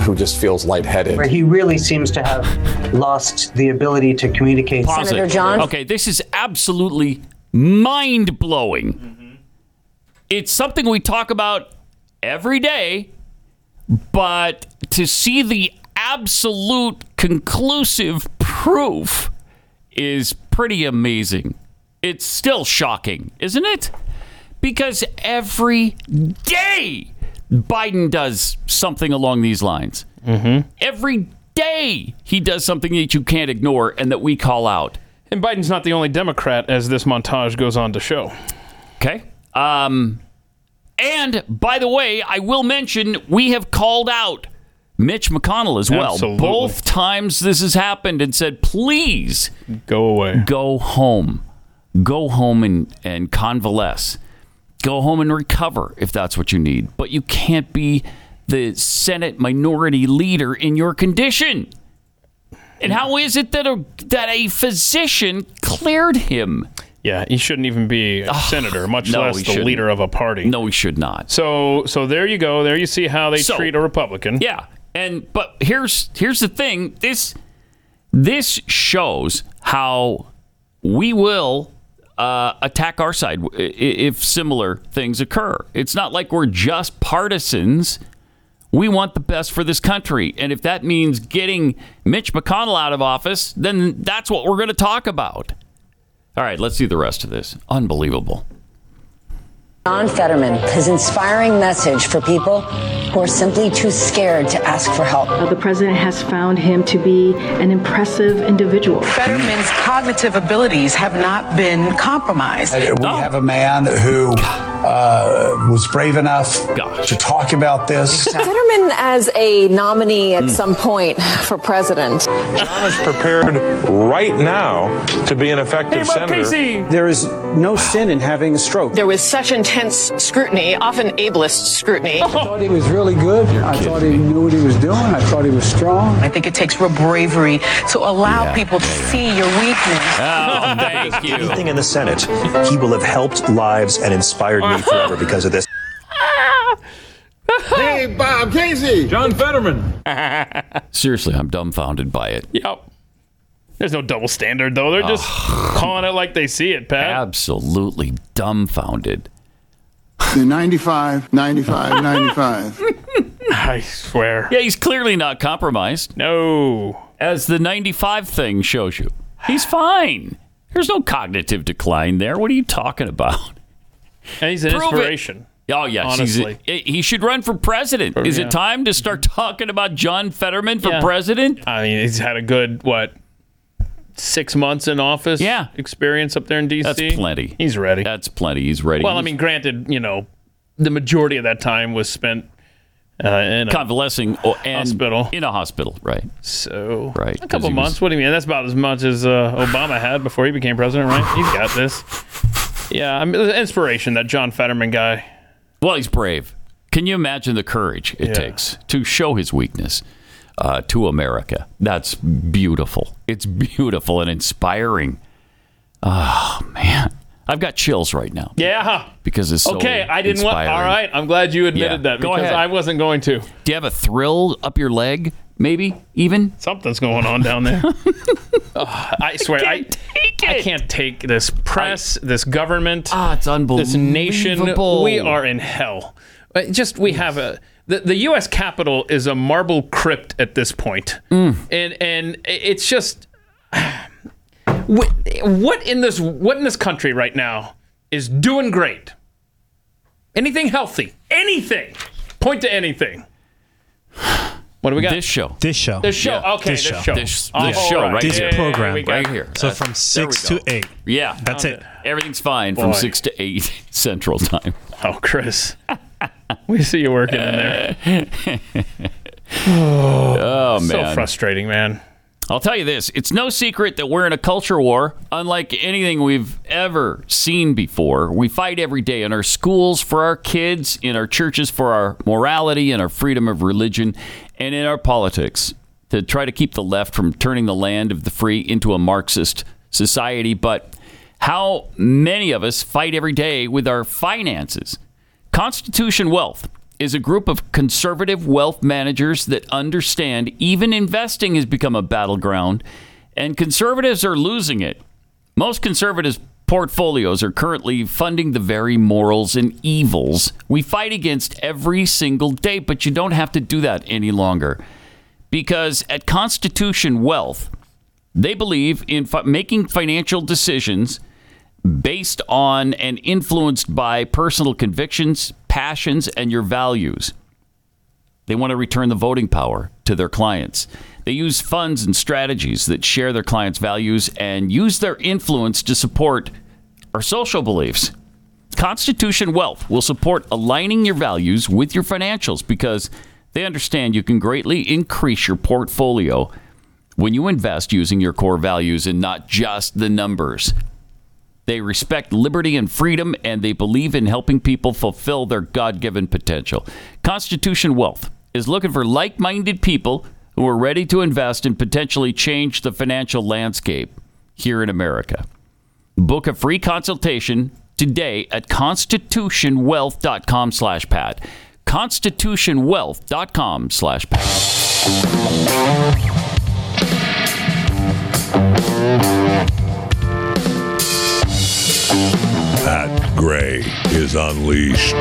who just feels lightheaded.
Where he really seems to have lost the ability to communicate.
Pause it. Okay, this is absolutely mind blowing. It's something we talk about every day, but to see the absolute conclusive proof is pretty amazing. It's still shocking, isn't it? Because every day Biden does something along these lines. Mm-hmm. Every day he does something that you can't ignore and that we call out.
And Biden's not the only Democrat, as this montage goes on to show.
Okay. Um, and by the way, I will mention we have called out Mitch McConnell as well.
Absolutely.
Both times this has happened and said, please
go away.
Go home. Go home and, and convalesce. Go home and recover if that's what you need. But you can't be the Senate minority leader in your condition. And how is it that a that a physician cleared him?
Yeah, he shouldn't even be a senator, much
no,
less
he
the
shouldn't.
leader of a party.
No, he should not.
So, so there you go. There you see how they
So-
treat a Republican.
Yeah. And but here's here's the thing. This this shows how we will uh, attack our side i- i- if similar things occur. It's not like we're just partisans. We want the best for this country, and if that means getting Mitch McConnell out of office, then that's what we're going to talk about. All right, let's see the rest of this. Unbelievable.
John Fetterman, his inspiring message for people who are simply too scared to ask for help.
The president has found him to be an impressive individual.
Fetterman's cognitive abilities have not been compromised.
We have a man who
uh, was brave enough to talk about this.
Fetterman as a nominee at some point for president.
John is prepared right now to be an effective senator.
There is no sin in having a stroke.
There was such intense scrutiny, often ableist scrutiny.
I thought he was really good. I thought he knew what he was doing. I thought he was strong.
I think it takes real bravery to allow people to see your weakness.
Oh, thank you.
Anything in the Senate, he will have helped lives and inspired me forever because of this.
hey, Bob Casey. John Fetterman.
Seriously, I'm dumbfounded by it.
Yep. There's no double standard though. They're just calling it like they see it, Pat.
Absolutely dumbfounded.
The 95, 95, 95.
I swear. Yeah, he's clearly not compromised. No. As the 95 thing shows you, he's fine. There's no cognitive decline there. What are you talking about?
And he's an
Prove it.
inspiration.
Oh, yes. he's-
Honestly. Oh,
he should run for president. Is
yeah.
it time to start talking about John Fetterman for president?
I mean, he's had a good what six months in office. Yeah, experience up there in D.C.
That's plenty.
He's ready.
That's plenty. He's ready.
Well, I mean, granted, you know, the majority of that time was spent uh, in a
convalescing oh, and
hospital.
In a hospital, right?
So,
right,
a
'cause
couple
he
months.
was-
What do you mean? That's about as much as uh, Obama had before he became president, right? He's got this. Yeah, I mean, the inspiration that John Fetterman guy.
Well, he's brave. Can you imagine the courage it takes to show his weakness uh, to America? That's beautiful. It's beautiful and inspiring. Oh man, I've got chills right now
Yeah.
because it's so
okay, I didn't
inspiring.
want. All right, I'm glad you admitted
Yeah,
that
go
because
ahead.
I wasn't going to.
Do you have a thrill up your leg? Maybe even
something's going on down there. I swear, I, I can't take this press, this government, ah,
it's
This nation,
unbelievable.
we are in hell. Uh, Just we have a the, the U.S. Capitol is a marble crypt at this point,
Mm.
and and it's just what, what in this what in this country right now is doing great. Anything healthy, anything, point to anything. What do we got?
This show.
This show.
This show.
Yeah.
Okay, this, show.
This, this
All
show
right.
right
This
here.
program.
Yeah, we got
Right
it.
here.
That's-
So from
there
six
we
to
go.
eight.
Yeah.
That's it.
Everything's fine from
Boy.
6 to 8 Central Time.
Oh, Chris. We see you working in there.
oh,
so
man.
frustrating, man.
I'll tell you this it's no secret that we're in a culture war, unlike anything we've ever seen before. We fight every day in our schools for our kids, in our churches for our morality and our freedom of religion, and in our politics to try to keep the left from turning the land of the free into a Marxist society. But how many of us fight every day with our finances? Constitution Wealth is a group of conservative wealth managers that understand even investing has become a battleground, and conservatives are losing it. Most conservatives' portfolios are currently funding the very morals and evils we fight against every single day, but you don't have to do that any longer. Because at Constitution Wealth, they believe in fi- making financial decisions based on and influenced by personal convictions, passions, and your values. They want to return the voting power to their clients. They use funds and strategies that share their clients' values and use their influence to support our social beliefs. Constitution Wealth will support aligning your values with your financials because they understand you can greatly increase your portfolio when you invest using your core values and not just the numbers. They respect liberty and freedom, and they believe in helping people fulfill their God given potential. Constitution Wealth is looking for like minded people who are ready to invest and potentially change the financial landscape here in America. Book a free consultation today at constitutionwealth.com slash pat. Constitutionwealth.com slash pat.
Pat Gray is unleashed.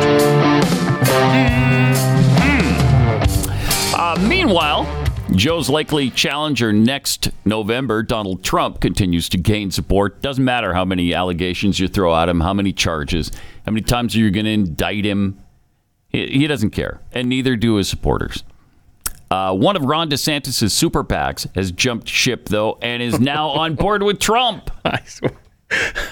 Uh, meanwhile, Joe's likely challenger next November, Donald Trump, continues to gain support. Doesn't matter how many allegations you throw at him, how many charges, how many times you're going to indict him. He, he doesn't care, and neither do his supporters. Uh, one of Ron DeSantis' super PACs has jumped ship, though, and is now on board with Trump. I swear.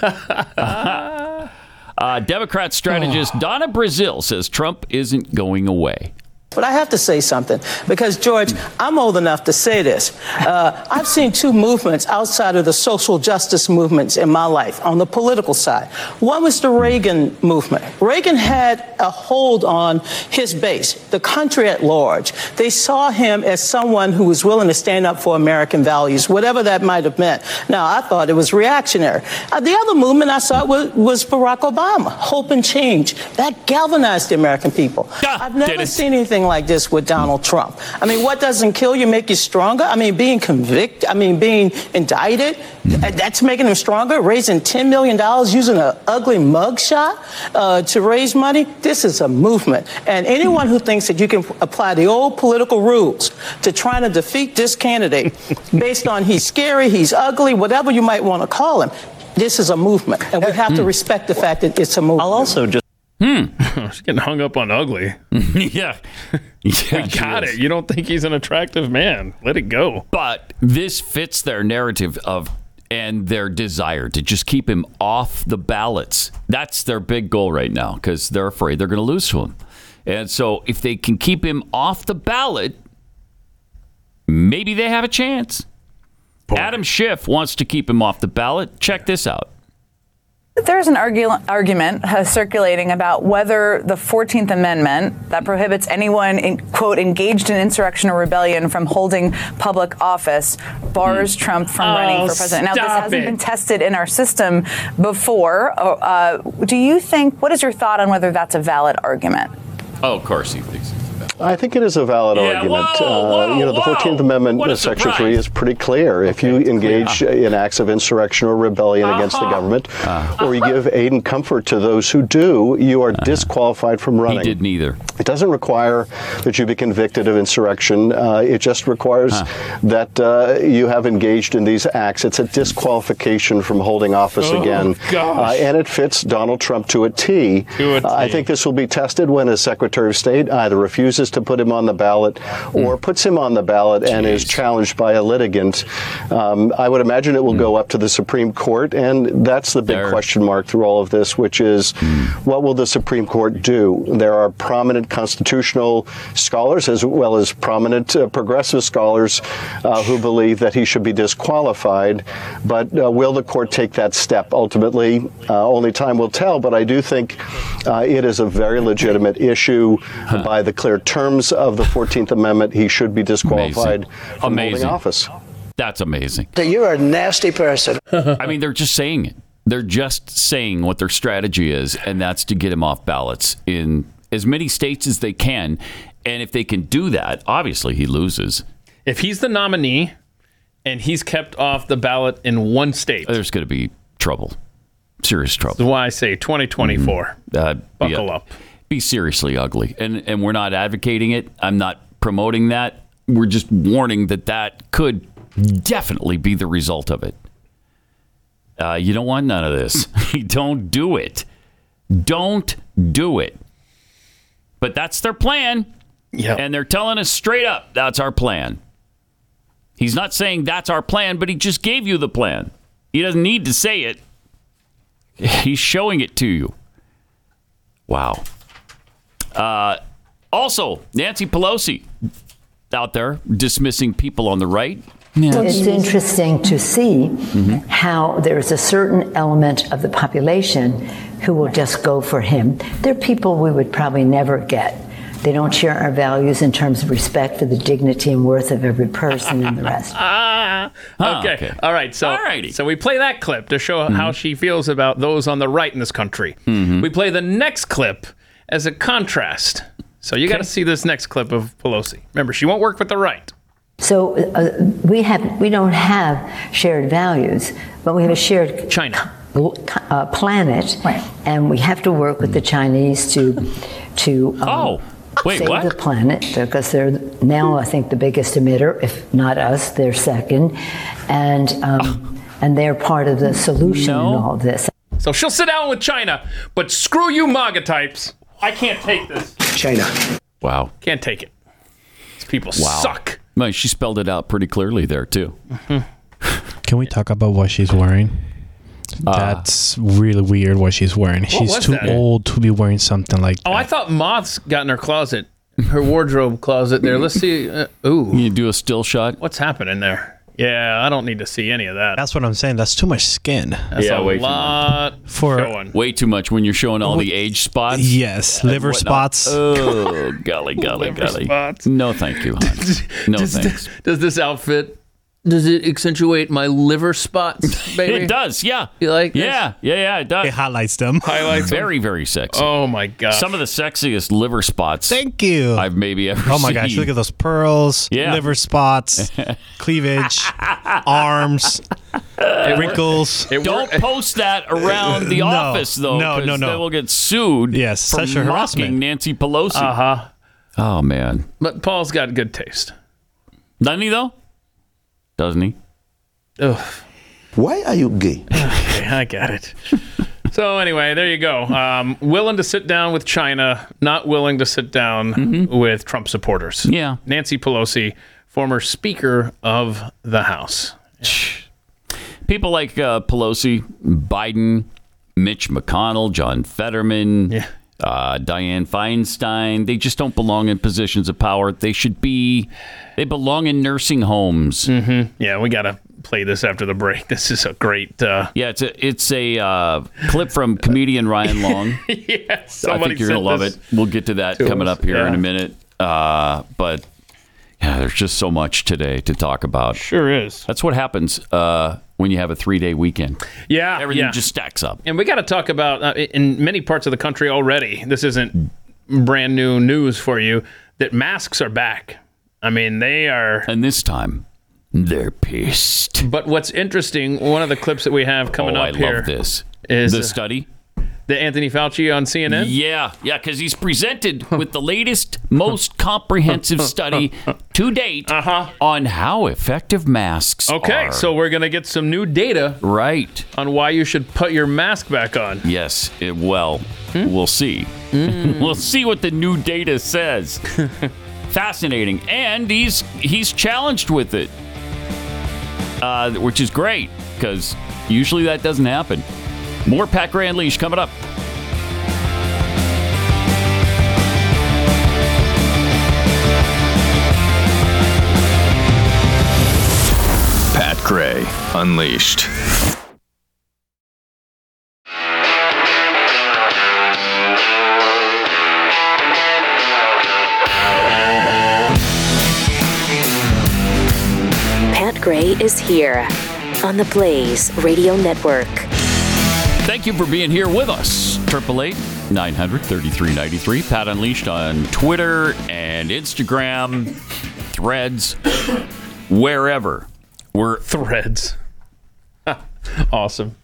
Uh, Democrat strategist Donna Brazil says Trump isn't going away.
But I have to say something because, George, I'm old enough to say this. Uh, I've seen two movements outside of the social justice movements in my life on the political side. One was the Reagan movement. Reagan had a hold on his base, the country at large. They saw him as someone who was willing to stand up for American values, whatever that might have meant. Now, I thought it was reactionary. Uh, the other movement I saw was, was Barack Obama, hope and change. That galvanized the American people. I've never seen anything like this with Donald Trump. I mean, what doesn't kill you make you stronger? I mean, being convicted, I mean, being indicted, th- that's making him stronger. Raising $10 million using an ugly mugshot uh, to raise money, this is a movement. And anyone who thinks that you can apply the old political rules to trying to defeat this candidate based on he's scary, he's ugly, whatever you might want to call him, this is a movement. And we have to respect the fact that it's a movement. I'll also just
Hmm. She's getting hung up on ugly.
yeah.
we got it. You don't think he's an attractive man. Let it go.
But this fits their narrative of and their desire to just keep him off the ballots. That's their big goal right now because they're afraid they're going to lose to him. And so if they can keep him off the ballot, maybe they have a chance. Adam Schiff wants to keep him off the ballot. Check this out.
There's an argu- argument uh, circulating about whether the 14th Amendment that prohibits anyone, in, quote, engaged in insurrection or rebellion from holding public office bars Trump from
Oh,
running for president. Now, this
stop
hasn't
it.
been tested in our system before. Uh, uh, do you think, what is your thought on whether that's a valid argument?
Oh, of course he thinks.
I think it is a valid argument. uh, you know, the Fourteenth Amendment, uh, Section Three, is pretty clear. If you engage in acts of insurrection or rebellion against the government,
Uh,
or you give aid and comfort to those who do, you are disqualified from running.
Uh-huh. He did neither.
It doesn't require that you be convicted of insurrection. Uh, it just requires that uh, you have engaged in these acts. It's a disqualification from holding office
Oh,
again,
gosh.
Uh, and it fits Donald Trump to a T.
To a
Uh, I
T.
think this will be tested when his Secretary of State either refuses to put him on the ballot
Hmm.
or puts him on the ballot and is challenged by a litigant. Um, I would imagine it will
Hmm.
go up to the Supreme Court, and that's the big question mark through all of this, which is
Hmm.
what will the Supreme Court do? There are prominent constitutional scholars as well as prominent uh, progressive scholars uh, who believe that he should be disqualified, but uh, will the court take that step ultimately? Uh, only time will tell, but I do think uh, it is a very legitimate issue. By the clear terms of the 14th Amendment, he should be disqualified from
Amazing.
holding office.
That's amazing.
You're a nasty person.
I mean, they're just saying it. They're just saying what their strategy is, and that's to get him off ballots in as many states as they can. And if they can do that, obviously he loses.
If he's the nominee and he's kept off the ballot in one state,
there's going to be trouble. Serious trouble.
That's why I say 2024.
Uh,
Buckle
up. Be seriously ugly, and and we're not advocating it. I'm not promoting that. We're just warning that that could definitely be the result of it. Uh, you don't want none of this. don't do it. Don't do it. But that's their plan. Yeah. And they're telling us straight up that's our plan. He's not saying that's our plan, but he just gave you the plan. He doesn't need to say it. He's showing it to you. Wow. Uh, also, Nancy Pelosi out there dismissing people on the right.
It's interesting to see how there's a certain element of the population who will just go for him. They're people we would probably never get. They don't share our values in terms of respect for the dignity and worth of every person and the rest.
Ah, okay. All right. So, so we play that clip to show
Mm-hmm.
how she feels about those on the right in this country. We play the next clip as a contrast. So you got to see this next clip of Pelosi. Remember, she won't work with the right.
So uh, we have we don't have shared values, but we have a shared China uh, planet, and we have to work with the Chinese to to um,
Mm. oh wait
save
what?
the planet because they're now I think the biggest emitter, if not us, they're second, and um,
Ah.
and they're part of the solution in all this.
So she'll sit down with China, but screw you, MAGA types. I can't take this.
China.
Wow.
Can't take it. These people
Wow.
suck.
Man, she spelled it out pretty clearly there too.
Can we talk about what she's wearing?
Uh.
That's really weird what she's wearing. She's
was
too
that?
old to be wearing something like
Oh, I thought Moth's got in her closet, her wardrobe closet there. Let's see. Uh, ooh.
You do a still shot?
What's happening there? Yeah, I don't need to see any of that.
That's what I'm saying. That's too much skin.
That's a lot
for
way too much when you're showing all the age spots.
Yes,
and
liver
whatnot.
spots.
Oh, golly, golly,
Liver
golly.
spots.
No, thank you, hon. No thanks.
Does this outfit does it accentuate my liver spots, baby?
It does, yeah.
You like this?
Yeah, yeah, yeah. It does. It
highlights them.
Highlights them.
Very, very sexy.
Oh my gosh.
Some of the sexiest liver spots.
Thank you.
I've maybe ever.
Oh my gosh,
seen.
look at those pearls,
Yeah.
liver spots, cleavage, arms, wrinkles.
Don't post that around the
No,
office, though.
no,
'cause
no, no.
Then we'll get sued.
Yes,
for
sexual harassment.
mocking Nancy Pelosi.
Uh huh.
Oh man,
But Paul's got good taste.
doesn't he though? Doesn't he?
Ugh.
Why are you gay?
Okay, I got it. so anyway, there you go. Um, willing to sit down with China, not willing to sit down with Trump supporters.
Mm-hmm. Yeah.
Nancy Pelosi, former Speaker of the House.
people like uh, Pelosi, Biden, Mitch McConnell, John Fetterman, uh, Dianne Feinstein, they just don't belong in positions of power. They should be, they belong in nursing homes.
Mm-hmm. Yeah, we gotta play this after the break. This is a great. Uh,
Yeah, it's a, it's a uh, clip from comedian Ryan Long.
yeah,
I
somebody
think you're going
sent
to love
this.
it. We'll get to that
to
coming
us.
up here in
Yeah.
a minute. Uh, but yeah, there's just so much today to talk about.
Sure is.
That's what happens uh, when you have a three day weekend.
Yeah,
Everything
yeah.
just stacks up.
And we got to talk about uh, in many parts of the country already. This isn't brand new news for you that masks are back. I mean, they are.
And this time, they're pissed.
But what's interesting, one of the clips that we have coming
oh,
up
I
here
love this.
is
the
uh,
study?
the Anthony Fauci on CNN.
Yeah, yeah, because he's presented with the latest, most comprehensive study to date on how effective masks
Uh-huh. Okay,
are.
so we're gonna get some new data
right
on why you should put your mask back on. Hmm?
Yes, it, well, we'll see. we'll see what the new data says. Fascinating, and he's he's challenged with it, uh, which is great because usually that doesn't happen. More Pat Gray Unleashed coming up.
Pat Gray Unleashed.
Pat Gray is here on the Blaze Radio Network.
Thank you for being here with us. Triple eight nine hundred thirty three ninety three. Pat Unleashed on Twitter and Instagram, Threads, wherever. We're
Threads. awesome.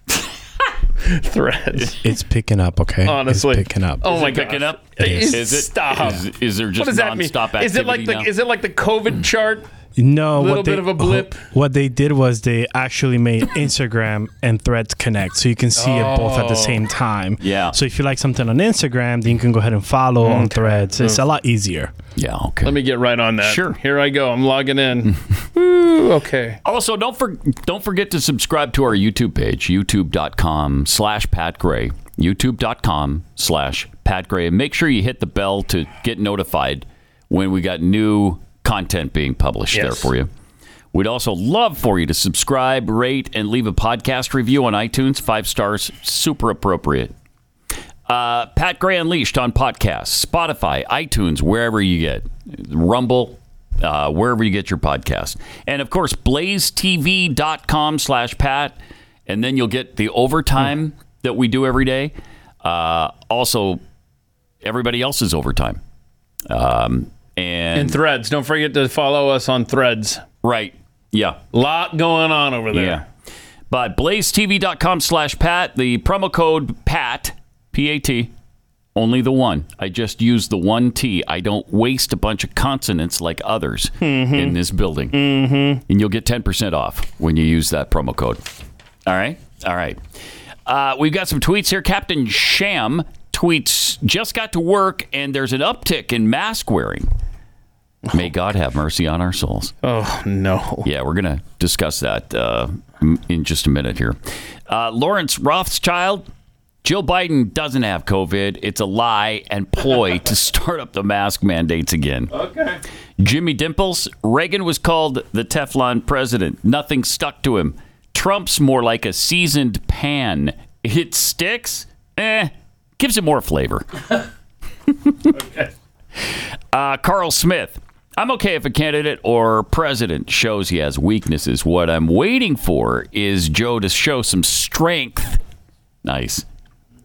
Threads.
It's picking up, okay? It's
Honestly.
picking up.
Oh my
it picking
gosh.
up?
It
Is,
is.
is it?
Stop.
Is, is there just
what does that mean?
nonstop activity
Is it like the
now?
is it like the
Mm.
COVID chart?
No,
Little
what they,
bit of a blip.
What they did was they actually made Instagram and Threads connect, so you can see it both at
Oh.
the same time.
Yeah.
So if you like something on Instagram, then you can go ahead and follow on Threads. It's a lot easier.
Yeah. Okay.
Let me get right on that.
Sure.
Here I go. I'm logging in. Woo, okay.
Also, don't for, don't forget to subscribe to our YouTube page, youtube.com slash Pat Gray, youtube.com slash Pat Gray. And make sure you hit the bell to get notified when we got new content being published there
Yes.
for you. We'd also love for you to subscribe, rate, and leave a podcast review on iTunes. Five stars, super appropriate. Uh, Pat Gray Unleashed on podcasts, Spotify, iTunes, wherever you get Rumble, uh, wherever you get your podcast, and of course blazetv.com slash pat, and then you'll get the overtime that we do every day. Uh, also, everybody else's overtime, um, and,
And threads. Don't forget to follow us on threads.
right, yeah,
Lot going on over there.
yeah. But blazetv.com slash pat, the promo code PAT, P A T, only the one. I just use the one T. I don't waste a bunch of consonants like others in this building. Mm-hmm. And you'll get 10% off when you use that promo code. All right? All right. Uh, we've got some tweets here. Captain Sham tweets just got to work and there's an uptick in mask wearing. May God have mercy on our souls.
Oh no.
Yeah, we're gonna discuss that uh, m- in just a minute here. Uh, Lawrence Rothschild, Jill Biden doesn't have COVID. It's a lie and ploy to start up the mask mandates again.
Okay.
Jimmy Dimples, Reagan was called the Teflon president. Nothing stuck to him. Trump's more like a seasoned pan. It sticks, eh, gives it more flavor. Uh, Carl Smith. I'm okay if a candidate or president shows he has weaknesses. What I'm waiting for is Joe to show some strength. Nice.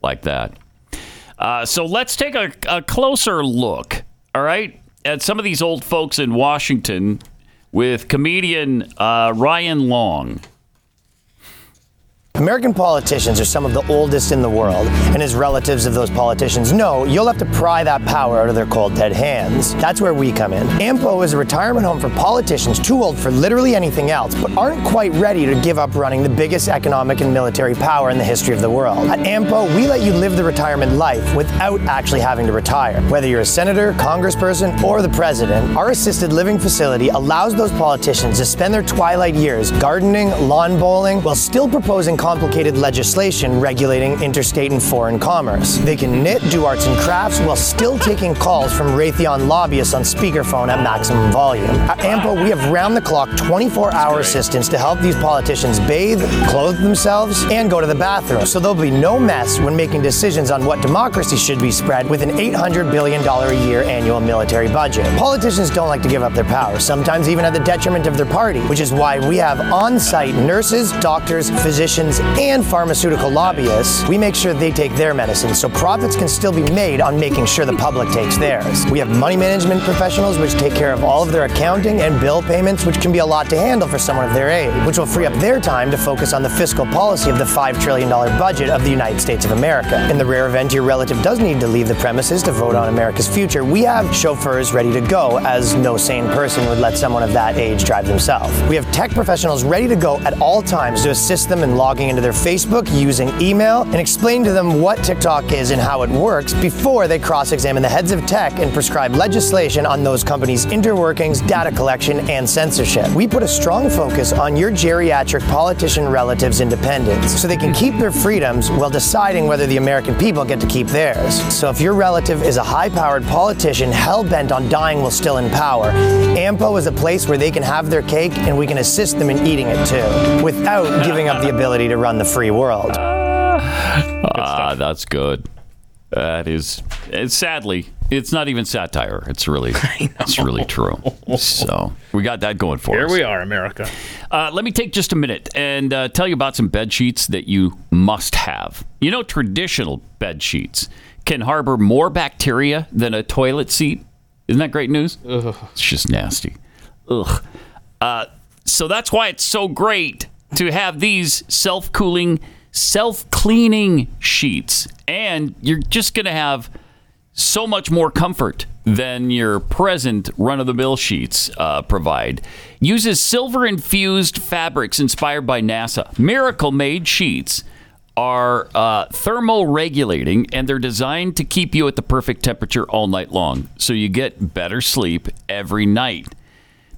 Like that. Uh, so let's take a, a closer look, all right, at some of these old folks in Washington with comedian uh, Ryan Long.
American politicians are some of the oldest in the world, and as relatives of those politicians know, you'll have to pry that power out of their cold, dead hands. That's where we come in. AMPO is a retirement home for politicians too old for literally anything else, but aren't quite ready to give up running the biggest economic and military power in the history of the world. At AMPO, we let you live the retirement life without actually having to retire. Whether you're a senator, congressperson, or the president, our assisted living facility allows those politicians to spend their twilight years gardening, lawn bowling, while still proposing and complicated legislation regulating interstate and foreign commerce. They can knit, do arts and crafts while still taking calls from Raytheon lobbyists on speakerphone at maximum volume. At AMPO, we have round the clock 24 hour assistance to help these politicians bathe, clothe themselves, and go to the bathroom. So there'll be no mess when making decisions on what democracy should be spread with an $800 billion a year annual military budget. Politicians don't like to give up their power, sometimes even at the detriment of their party, which is why we have on site nurses, doctors, physicians, and pharmaceutical lobbyists, we make sure they take their medicine so profits can still be made on making sure the public takes theirs. We have money management professionals which take care of all of their accounting and bill payments, which can be a lot to handle for someone of their age, which will free up their time to focus on the fiscal policy of the $5 trillion budget of the United States of America. In the rare event your relative does need to leave the premises to vote on America's future, we have chauffeurs ready to go, as no sane person would let someone of that age drive themselves. We have tech professionals ready to go at all times to assist them in logging into their Facebook, using email, and explain to them what TikTok is and how it works before they cross examine the heads of tech and prescribe legislation on those companies' interworkings, data collection, and censorship. We put a strong focus on your geriatric politician relatives' independence so they can keep their freedoms while deciding whether the American people get to keep theirs. So if your relative is a high powered politician hell bent on dying while still in power, AMPO is a place where they can have their cake and we can assist them in eating it too, without giving up the ability to run the free world.
Ah, that's good. That is, it's sadly, it's not even satire. It's really, it's really true. So we got that going for
Here
us.
we are, America.
Uh, let me take just a minute and uh, tell you about some bed sheets that you must have. You know, traditional bed sheets can harbor more bacteria than a toilet seat. Isn't that great news? It's just nasty. Ugh. Uh, so that's why it's so great to have these self cooling, self cleaning sheets. And you're just going to have so much more comfort than your present run of the mill sheets uh, provide. Uses silver infused fabrics inspired by NASA. Miracle made sheets are uh, thermoregulating and they're designed to keep you at the perfect temperature all night long. So you get better sleep every night.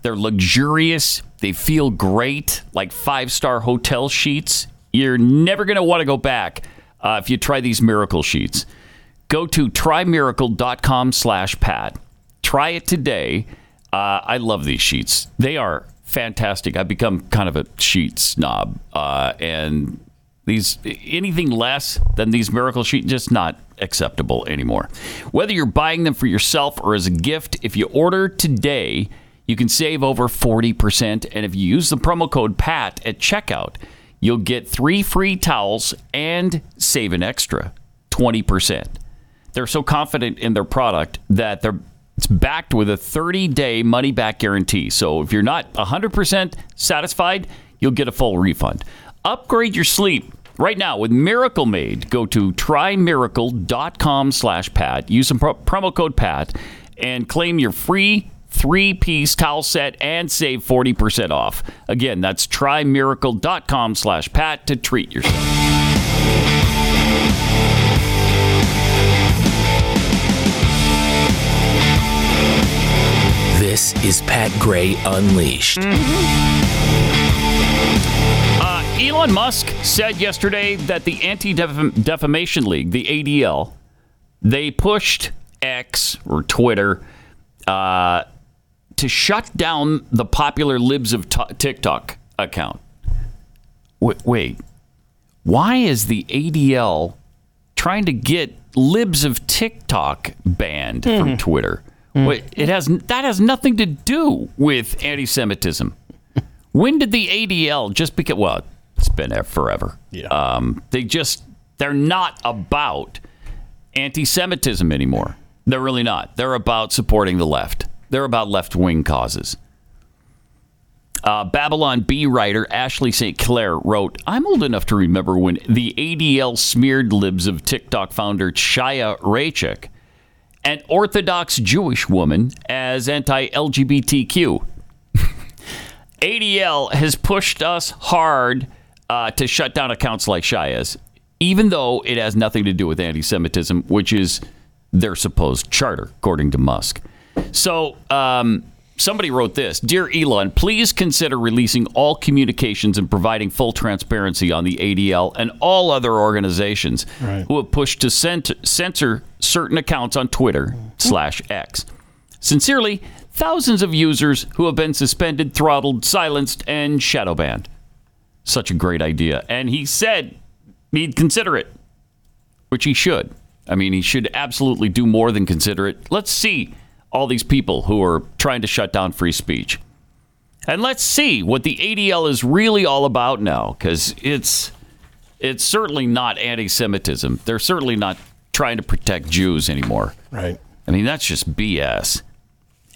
They're luxurious. They feel great, like five star hotel sheets. You're never going to want to go back uh, if you try these miracle sheets. Go to trymiracle.com slash Pat. Try it today. Uh, I love these sheets. They are fantastic. I've become kind of a sheet snob. Uh, and these anything less than these miracle sheets, just not acceptable anymore. Whether you're buying them for yourself or as a gift, if you order today, you can save over 40%. And if you use the promo code PAT at checkout, you'll get three free towels and save an extra 20%. They're so confident in their product that they're it's backed with a 30-day money-back guarantee. So if you're not 100% satisfied, you'll get a full refund. Upgrade your sleep right now with Miracle Made. Go to trymiracle.com slash Pat. Use some pro- promo code PAT and claim your free three-piece towel set and save 40% off. Again, that's trymiracle.com slash Pat to treat yourself.
This is Pat Gray Unleashed.
Uh, Elon Musk said yesterday that the Anti Defamation League, the ADL, they pushed X or Twitter uh, to shut down the popular Libs of T- TikTok account. Wait, wait, why is the ADL trying to get Libs of TikTok banned
Hmm.
from Twitter? Wait, it has that has nothing to do with anti-Semitism. When did the ADL just become? Well, it's been there forever. Yeah. Um, they just they're not about anti-Semitism anymore. They're really not. They're about supporting the left. They're about left-wing causes. Uh, Babylon B writer Ashley St. Clair wrote, I'm old enough to remember when the ADL smeared libs of TikTok founder Shia Rachik, an Orthodox Jewish woman, as anti LGBTQ. ADL has pushed us hard uh, to shut down accounts like Shia's, even though it has nothing to do with anti Semitism, which is their supposed charter, according to Musk. So, um, somebody wrote this Dear Elon, please consider releasing all communications and providing full transparency on the ADL and all other organizations who have pushed to cent- censor certain accounts on Twitter slash X. Sincerely, thousands of users who have been suspended, throttled, silenced, and shadow banned. Such a great idea. And he said he'd consider it, which he should. I mean, he should absolutely do more than consider it. Let's see all these people who are trying to shut down free speech. And let's see what the ADL is really all about now, because it's it's certainly not anti-Semitism. They're certainly not trying to protect Jews anymore. Right. I mean, that's just BS.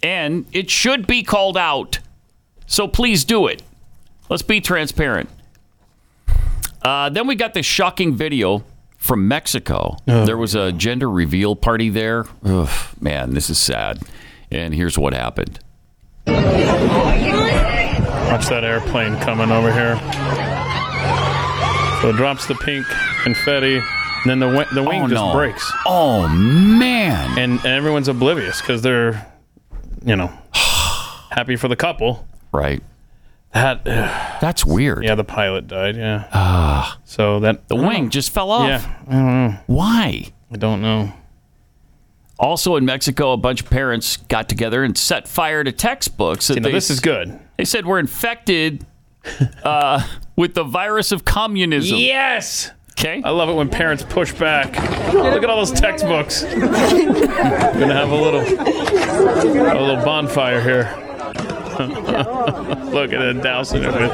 And it should be called out. So please do it. Let's be transparent. Uh, then we got this shocking video from Mexico. there was a gender reveal party there. Ugh, man, this is sad. And here's what happened.
Watch that airplane coming over here. So it drops the pink confetti, and then the wing, the wing
Oh,
just
no.
breaks.
Oh man!
And, and everyone's oblivious because they're, you know, happy for the couple.
Right.
That
that's weird.
Yeah, the pilot died. Yeah. Ah. so that
the wing just fell off.
Yeah. I don't know.
Why?
I don't know.
Also in Mexico, a bunch of parents got together and set fire to textbooks. that
See, now
they-
this is good.
They said we're infected uh, with the virus of communism.
Yes.
Okay.
I love it when parents push back. Look at all those textbooks. We're gonna have a little, a little bonfire here. Look at it dousing it with.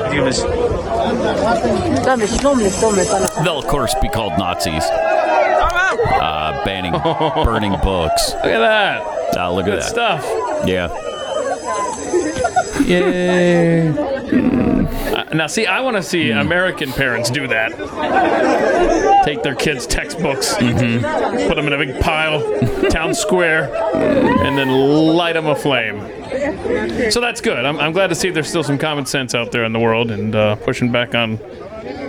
They'll of course be called Nazis. Uh, banning burning books. Look
at that.
look at
Good
that
stuff.
Yeah.
Yay. Uh, now, see, I want to see American parents do that. Take their kids' textbooks, put them in a big pile, town square, and then light them aflame. So that's good. I'm, I'm glad to see there's still some common sense out there in the world and uh, pushing back on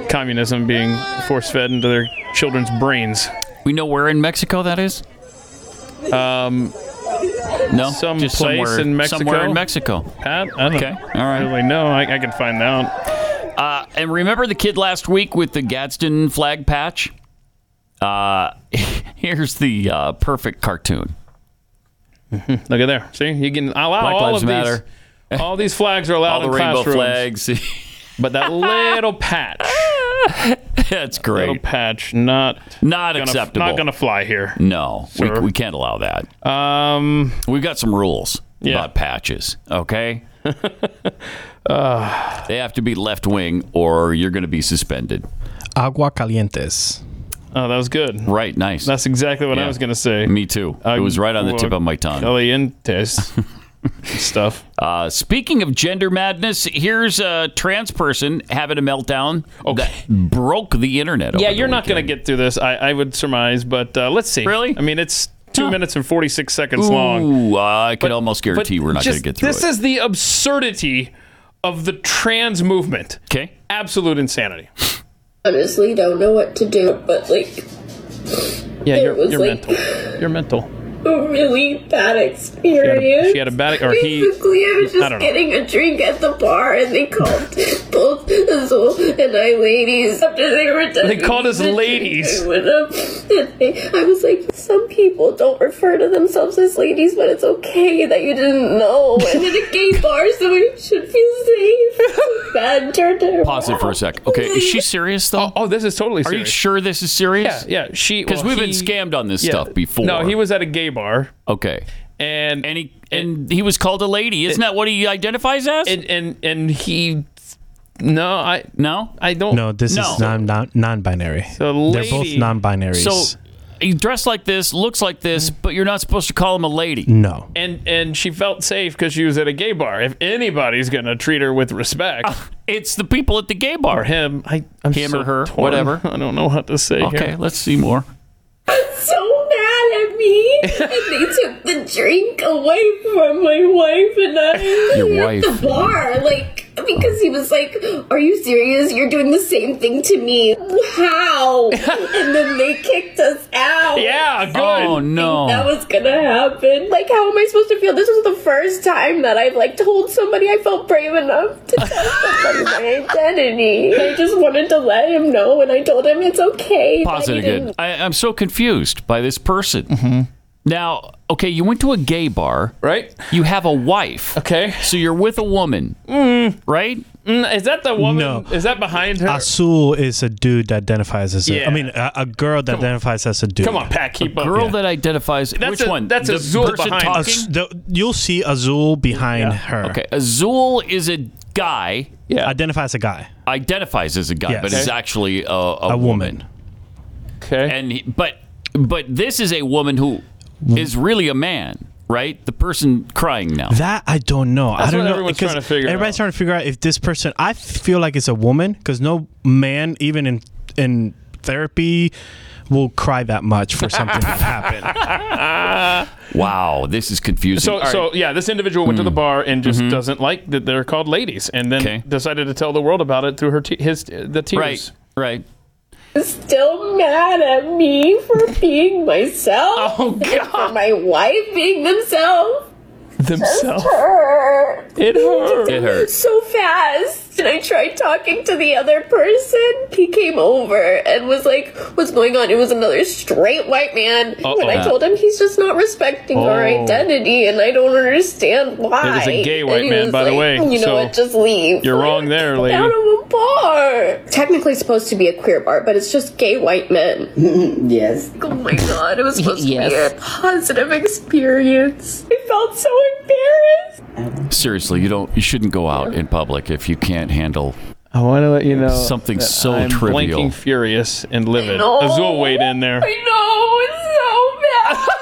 communism being force fed into their children's brains.
We know where in Mexico that is?
Um,
no,
some
just
place
somewhere-
in Mexico.
somewhere in Mexico.
Pat, I don't
Okay,
All
right.
Really, no, I, I can find out.
Uh, and remember the kid last week with the Gadsden flag patch? Uh, here's the uh, perfect cartoon.
Look at there. See, you can allow
Black
all
Lives
of
Matter.
These, all these flags are allowed
All the
in
rainbow
classrooms.
flags.
but that little patch,
That's great.
little patch, not
Not
gonna,
acceptable.
Not gonna fly here.
No, we,
Sir.
we can't allow that.
Um,
We've got some rules
Yeah.
about patches, okay?
Uh.
they have to be left wing or you're going to be suspended.
Agua calientes.
Oh, that was good.
Right, nice.
That's exactly what I
Yeah.
was gonna say.
Me too. it was right on the tip of my tongue.
Calientes stuff.
Uh, speaking of gender madness, here's a trans person having a meltdown that broke the internet.
Yeah, you're not gonna get through this. I, I would surmise, but uh, let's see. Really? I mean, it's two minutes and forty six seconds long.
Ooh, uh, I can almost guarantee
But
we're not going
just-
to get through
This
it.
is the absurdity of the trans movement.
Okay.
Absolute insanity.
honestly don't know what to do, but like
Yeah,
It
you're,
was
you're
like-
mental. You're mental.
a really bad experience.
she had a bad- or he-
Basically, I was
I
just
don't know.
getting a drink at the bar, and they called both Azul and I ladies after they were done.
They called us
with the drink,
ladies.
I went up and they- I was like, some people don't refer to themselves as ladies, but it's okay that you didn't know. And in a gay bar, so I should feel safe. Bad turned it
Pause it for a sec. Okay, is she serious though?
Oh, this is totally.
Are you
serious.
sure this is serious?
Yeah, yeah. She
because
well,
we've been
he-
scammed on this
yeah.
stuff before.
No, he was at a gay bar.
okay.
and and
he and he was called a lady. Isn't that what he identifies as?
And and, and he, no, I
no,
I don't.
No, this is non, non, non-binary. They're both
lady-
non-binaries.
So he dressed like this, looks like
Mm.
this, but you're not supposed to call him a lady.
no.
And and she felt safe because she was at a gay bar. If anybody's gonna treat her with respect,
Uh, it's the people at the gay bar.
Or him. I, I'm
Him
so
or her,
torn.
whatever.
I don't know what to say.
Okay, let's see more.
so mad at me, and they took the drink away from my wife and I.
Your
at
wife.
the bar, like because he was like, "Are you serious? You're doing the same thing to me? How?" and then they kicked us out.
Yeah, good.
Oh
That
no.
was gonna happen. Like, how am I supposed to feel? This was the first time that I've like told somebody I felt brave enough to tell somebody my identity. I just wanted to let him know, and I told him it's okay. that
Pause
you
it again.
didn't
I, I'm so confused by this person. Now, okay, you went to a gay bar,
Mm-hmm. right?
You have a wife,
okay?
So you're with a woman, right?
Mm, is that the woman?
No.
Is that behind her?
Asul is a dude that identifies as a. I
Yeah.
mean, a, a girl that identifies as a dude.
Come on, Pat. Keep
a
up.
girl
Yeah.
that identifies.
That's
which
a-
one?
that's
the
Azul
person
behind.
talking?
Az- the- you'll see Azul behind her.
Okay, Azul is a guy.
Yeah.
Identifies a guy.
Identifies as a guy,
Yes.
but is
Okay.
actually a, a,
A woman.
Okay.
And he, but but this is a woman who is really a man, right? The person crying now.
That I don't know.
That's
I don't
what
know
everyone's
because
trying to figure
everybody's trying to figure out if this person. I feel like it's a woman because no man, even in in therapy, will cry that much for something that happened.
wow, this is confusing.
So,
All right.
so Oh, yeah, this individual went to
Hmm.
the bar and just
Mm-hmm.
doesn't like that they're called ladies, and then decided to tell the world about it through her te- his the tears.
Right, right.
still mad at me for being myself.
Oh God!
For my wife being themselves.
Themselves.
Hurt.
It hurt.
It hurt.
So fast. And I tried talking to the other person. He came over and was like, What's going on? It was another straight white man.
Uh-oh.
And I told him he's just not respecting our
Oh.
identity and I don't understand why.
It was a gay
And
white
he
man,
was
by the
like,
way,
You know
so
what? Just leave.
You're wrong there, lady.
Out of a bar. Technically supposed to be a queer bar, but it's just gay white men.
yes.
Oh my god, it was supposed to
Yes.
be a positive experience. I felt so embarrassed.
Seriously, you don't you shouldn't go out in public if you can't handle
I want to let you know
Something
that
so
I'm
trivial.
Blinking furious and livid.
know.
Azul weighed in there.
I know, it's so bad.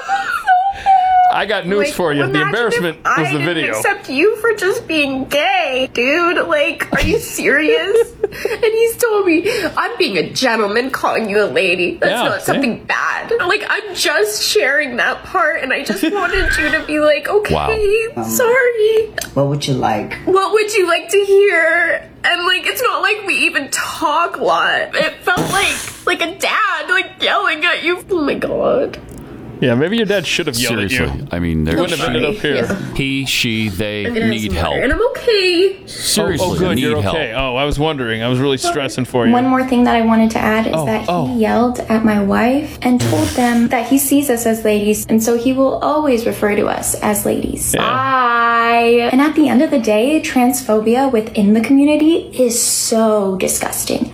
I got news
Like,
for you. The
imagine
embarrassment
if I
was the
didn't
video.
Accept you for just being gay, dude. Like, are you serious? and he's told me I'm being a gentleman, calling you a lady. That's
Yeah,
not something bad. Like, I'm just sharing that part, and I just wanted you to be like, okay,
Wow.
sorry.
What would you like?
What would you like to hear? And like, it's not like we even talk a lot. It felt like like a dad like yelling at you. Oh my god.
yeah, maybe your dad should have yelled
Seriously,
at you.
I mean,
You
there
wouldn't have ended up here.
He, she, they
I'm gonna have
need
some water,
help.
and I'm okay.
Seriously,
oh, oh, good,
need
you're
help.
okay. Oh, I was wondering. I was really stressing for you.
One more thing that I wanted to add is
Oh,
that he
oh.
yelled at my wife and told them that he sees us as ladies, and so he will always refer to us as ladies. I. And at the end of the day, transphobia within the community is so disgusting.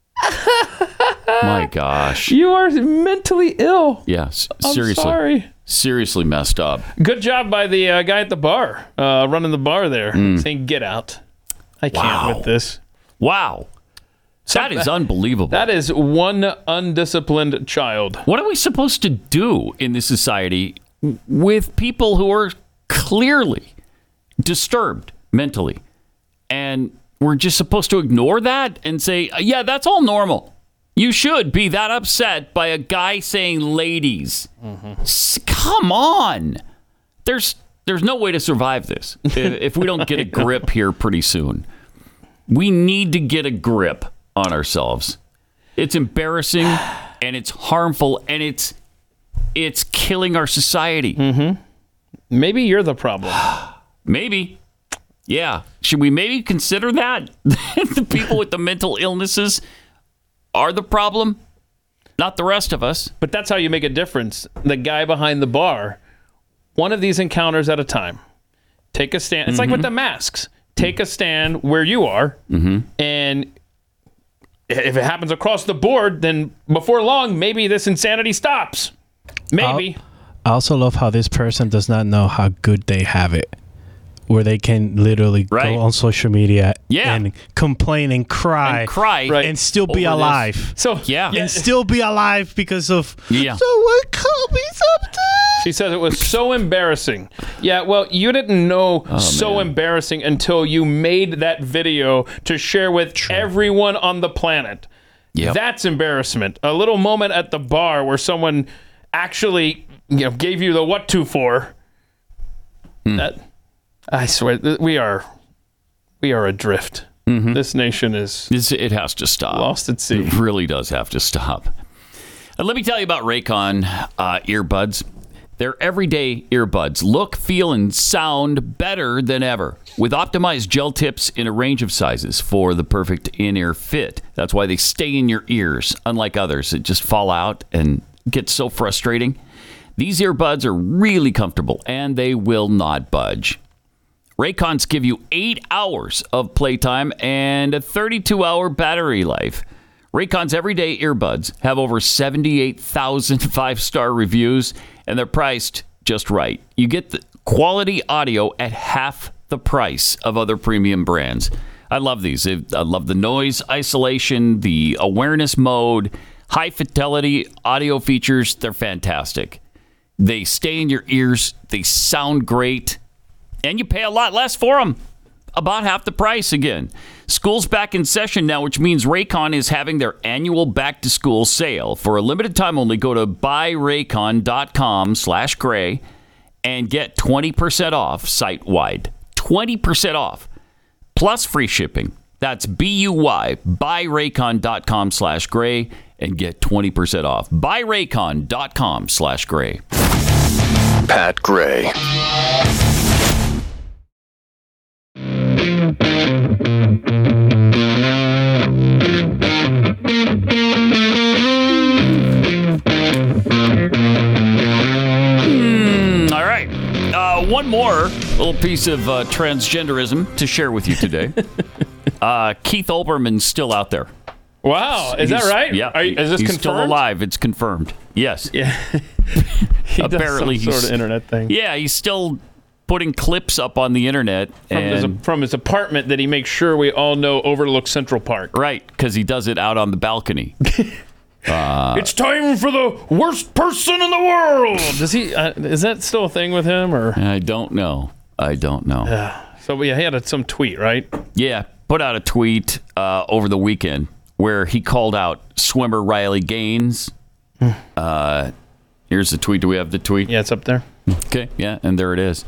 My gosh.
You are mentally ill.
Yes,
I'm
seriously.
sorry.
Seriously messed up.
Good job by the uh, guy at the bar, uh, running the bar there,
Hmm.
saying "Get out." I can't
Wow.
with this.
Wow, that is unbelievable.
That is one undisciplined child.
What are we supposed to do in this society w- with people who are clearly disturbed mentally? And we're just supposed to ignore that and say, yeah, that's all normal. You should be that upset by a guy saying ladies. S- Come on. There's there's no way to survive this if- if we don't get a grip here pretty soon. We need to get a grip on ourselves. It's embarrassing and it's harmful and it's It's killing our society. Mm-hmm.
Maybe you're the problem.
maybe. Yeah. Should we maybe consider that? the people with the mental illnesses are the problem, not the rest of us.
But that's how you make a difference. The guy behind the bar, one of these encounters at a time. Take a stand. It's like with the
Mm-hmm.
masks. Take a stand where you are, and if it happens across the board, then before long, maybe this insanity stops. Maybe.
I also love how this person does not know how good they have it, where they can literally go on social media
Yeah.
and complain and cry and
cry
and still be
over this.
alive.
So
yeah,
and still be alive because of
yeah.
So what Kobe's up to?
She says it was so embarrassing. Yeah, well, you didn't know
Oh,
so embarrassing until you made that video to share with everyone on the planet.
Yep.
That's embarrassment. A little moment at the bar where someone actually you know, gave you the what to for.
Hmm.
That, I swear, th- we are, we are adrift. This nation is.
Mm-hmm. it has to stop.
Lost at sea.
It really does have to stop. And let me tell you about Raycon uh, earbuds. They're everyday earbuds. Look, feel, and sound better than ever with optimized gel tips in a range of sizes for the perfect in ear fit. That's why they stay in your ears, unlike others that just fall out and get so frustrating. These earbuds are really comfortable and they will not budge. Raycons give you eight hours of playtime and a 32 hour battery life. Raycon's everyday earbuds have over 78,000 five star reviews and they're priced just right. You get the quality audio at half the price of other premium brands. I love these. I I love the noise isolation, the awareness mode, high fidelity audio features. They're fantastic. They stay in your ears, they sound great and you pay a lot less for them. About half the price again. School's back in session now, which means Raycon is having their annual back to school sale. For a limited time only, go to buyraycon.com slash gray and get 20% off site wide. 20% off plus free shipping. That's B-U-Y, buyraycon.com slash gray and get 20% off. Buyraycon.com slash gray.
Pat Gray.
Hmm, Hmm, all right. Uh, one more little piece of uh, transgenderism to share with you today. uh, Keith Olbermann's still out there.
Wow, is that right?
Yeah.
Are you- is this
he's still
confirmed?
alive. It's confirmed. Yes.
Yeah. He does
Apparently
some
he's-
sort of internet thing.
Yeah, he's still putting clips up on the internet.
From his-
and-
from his apartment that he makes sure we all know overlooks Central Park.
Right, because he does it out on the balcony. uh,
it's time for the worst person in the world. Does he? Uh, is that still a thing with him, or?
I don't know. I don't know.
So yeah, he had a, some tweet, right?
Yeah, put out a tweet uh, over the weekend where he called out swimmer Riley Gaines. Uh, here's the tweet. Do we have the tweet?
Hmm. Yeah, it's up there.
Okay, yeah, and there it is.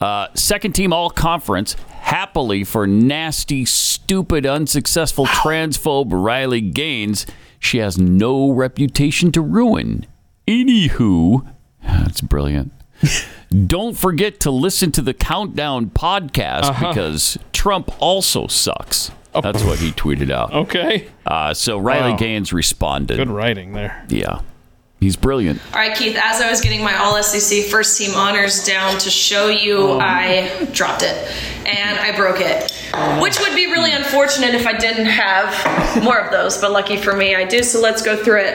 Uh, second team all conference, happily for nasty, stupid, unsuccessful transphobe Riley Gaines. She has no reputation to ruin. Anywho, that's brilliant. Don't forget to listen to the Countdown podcast
Uh-huh. Oh.
because Trump also sucks. That's what he tweeted out.
Okay.
Uh, so Riley
Wow.
Gaines responded.
Good writing there.
Yeah. He's brilliant.
All right, Keith, as I was getting my All SEC first team honors down to show you, I dropped it and I broke it, which would be really unfortunate if I didn't have more of those, but lucky for me, I do. So let's go through it.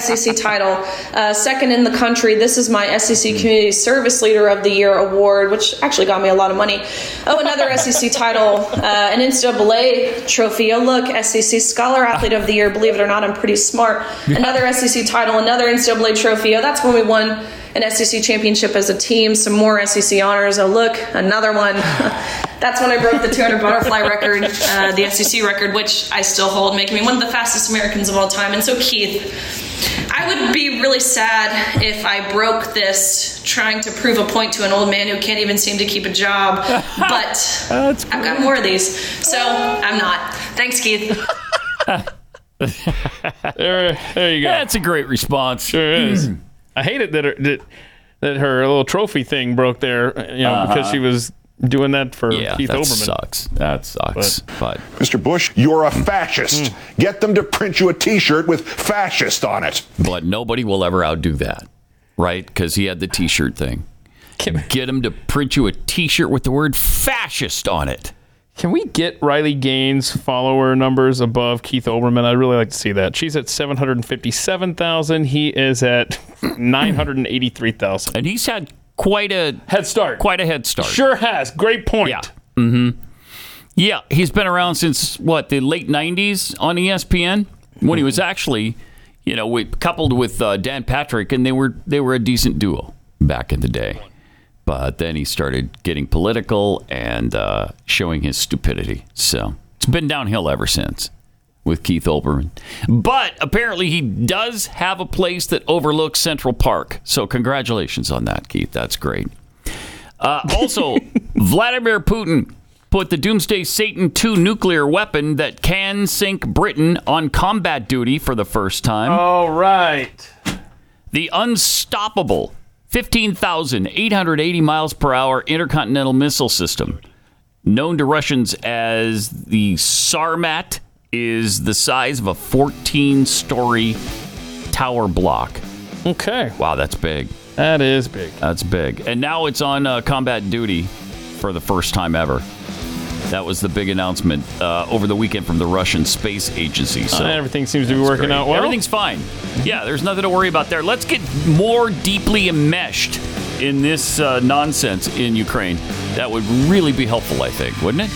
SEC title, uh, second in the country. This is my SEC Community Service Leader of the Year award, which actually got me a lot of money. Oh, another SEC title, uh, an NCAA trophy. Oh, look, SEC Scholar Athlete of the Year. Believe it or not, I'm pretty smart. Another SEC title, another NCAA trophy. Oh, that's when we won an SEC championship as a team. Some more SEC honors. Oh, look, another one. that's when I broke the 200 butterfly record, uh, the SEC record, which I still hold, making me one of the fastest Americans of all time. And so, Keith, I would be really sad if I broke this trying to prove a point to an old man who can't even seem to keep a job. But I've got more of these, so I'm not. Thanks, Keith.
There, there you go.
That's a great response. Hmm.
Sure is. I hate it that her, that, that her little trophy thing broke there, you know, because
Uh-huh.
she was doing that for
Yeah,
Keith
that
Olbermann.
sucks. That sucks. But,
Mr. Bush, you're a fascist. Get them to print you a T-shirt with fascist on it.
but nobody will ever outdo that, right? Because he had the T-shirt thing. Get him to print you a T-shirt with the word fascist on it.
Can we get Riley Gaines' follower numbers above Keith Olbermann? I'd really like to see that. She's at 757,000. He is at 983,000.
And he's had quite a
head start.
Quite a head start.
Sure has. Great point. Yeah.
Mm-hmm. Yeah, he's been around since what the late '90s on E ESPN when he was actually, you know, we, coupled with uh, Dan Patrick, and they were they were a decent duo back in the day. But then he started getting political and uh, showing his stupidity. So it's been downhill ever since with Keith Olbermann. But apparently he does have a place that overlooks Central Park. So congratulations on that, Keith. That's great. Uh, also, Vladimir Putin put the Doomsday Satan II nuclear weapon that can sink Britain on combat duty for the first time.
All right.
The unstoppable 15,880 miles per hour intercontinental missile system, known to Russians as the Sarmat, is the size of a 14 story tower block.
Okay.
Wow, that's big.
That is big.
That's big. And now it's on uh, combat duty for the first time ever. That was the big announcement uh, over the weekend from the Russian Space Agency. So
Uh, everything seems to be
that's
working
great.
out well.
Everything's fine. Yeah, there's nothing to worry about there. Let's get more deeply enmeshed in this uh, nonsense in Ukraine. That would really be helpful, I think, wouldn't it?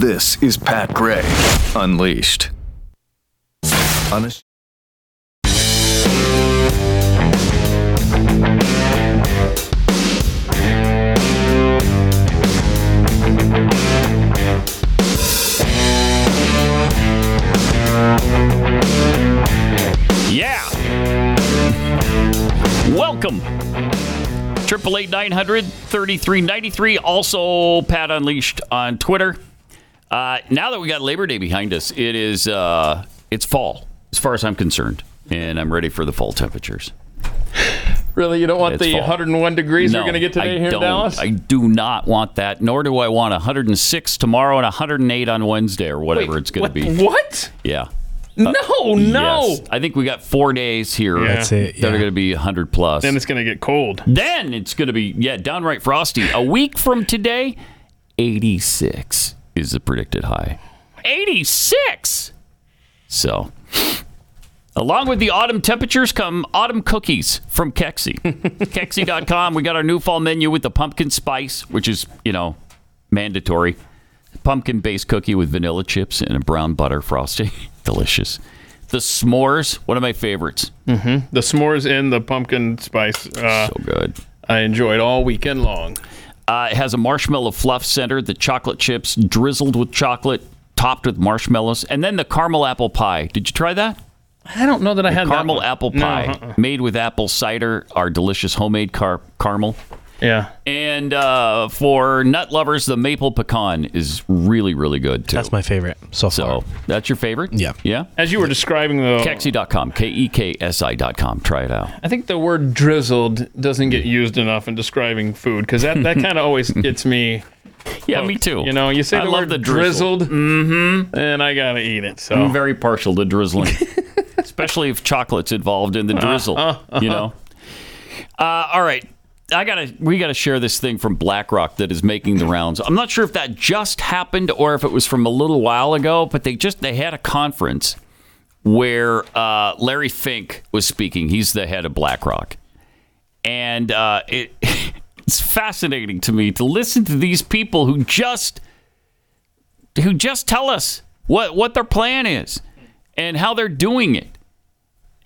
This is Pat Gray Unleashed. Honest.
Yeah. Welcome. Triple eight nine hundred thirty three ninety three. Also, Pat Unleashed on Twitter. Uh, now that we got Labor Day behind us, it is uh, it's fall as far as I'm concerned, and I'm ready for the fall temperatures.
Really, you don't want
It's
the
fall.
101 degrees
No,
we're going to get today
I
here
don't.
in Dallas?
I do not want that, nor do I want 106 tomorrow and 108 on Wednesday or whatever
Wait,
it's going to
what-
be.
What?
Yeah. Uh,
No,
yes.
no.
I think we got four days here.
Yeah. That's it,
That are
yeah.
going to be 100 plus.
Then it's going to get cold.
Then it's going to be, yeah, downright frosty. A week from today, 86 is the predicted high. 86. So, along with the autumn temperatures come autumn cookies from Kexi. Kexi.com. We got our new fall menu with the pumpkin spice, which is, you know, mandatory. Pumpkin based cookie with vanilla chips and a brown butter frosting. Delicious. The s'mores, one of my favorites.
hmm The s'mores and the pumpkin spice. Uh,
so good.
I enjoyed all weekend long.
Uh, it has a marshmallow fluff center, the chocolate chips drizzled with chocolate, topped with marshmallows, and then the caramel apple pie. Did you try that?
I don't know that I
The
had that
caramel
one.
apple
No,
pie
uh-uh.
made with apple cider, our delicious homemade car- caramel.
Yeah.
And uh, for nut lovers, the maple pecan is really, really good too. That's
my favorite so
far. So that's your favorite? Yeah. Yeah.
As you were describing the
Kexi.com, K E K S I.com. Try it out.
I think the word drizzled doesn't get used enough in describing food because that, that kind of always gets me.
Yeah, me too.
You know, you say
I
the
love
word
the drizzle.
drizzled, mm-hmm. and I gotta eat it. So
I'm very partial to drizzling, especially if chocolate's involved in the drizzle.
Uh-huh, uh-huh.
You know. Uh, all right, I gotta we gotta share this thing from BlackRock that is making the rounds. I'm not sure if that just happened or if it was from a little while ago, but they just they had a conference where uh, Larry Fink was speaking. He's the head of BlackRock, and uh, it, it's fascinating to me to listen to these people who just who just tell us what what their plan is and how they're doing it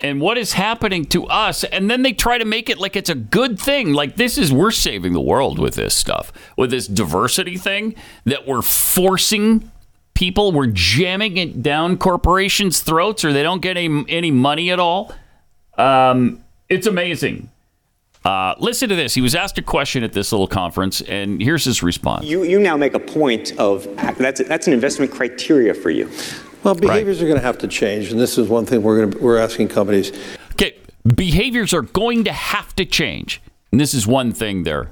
and what is happening to us and then they try to make it like it's a good thing like this is we're saving the world with this stuff with this diversity thing that we're forcing people we're jamming it down corporations throats or they don't get any, any money at all um, it's amazing uh, listen to this he was asked a question at this little conference and here's his response
You, you now make a point of that's, that's an investment criteria for you. Well, behaviors are going to have to change, and this is one thing we're going to, we're asking companies.
Okay, behaviors are going to have to change, and this is one thing they're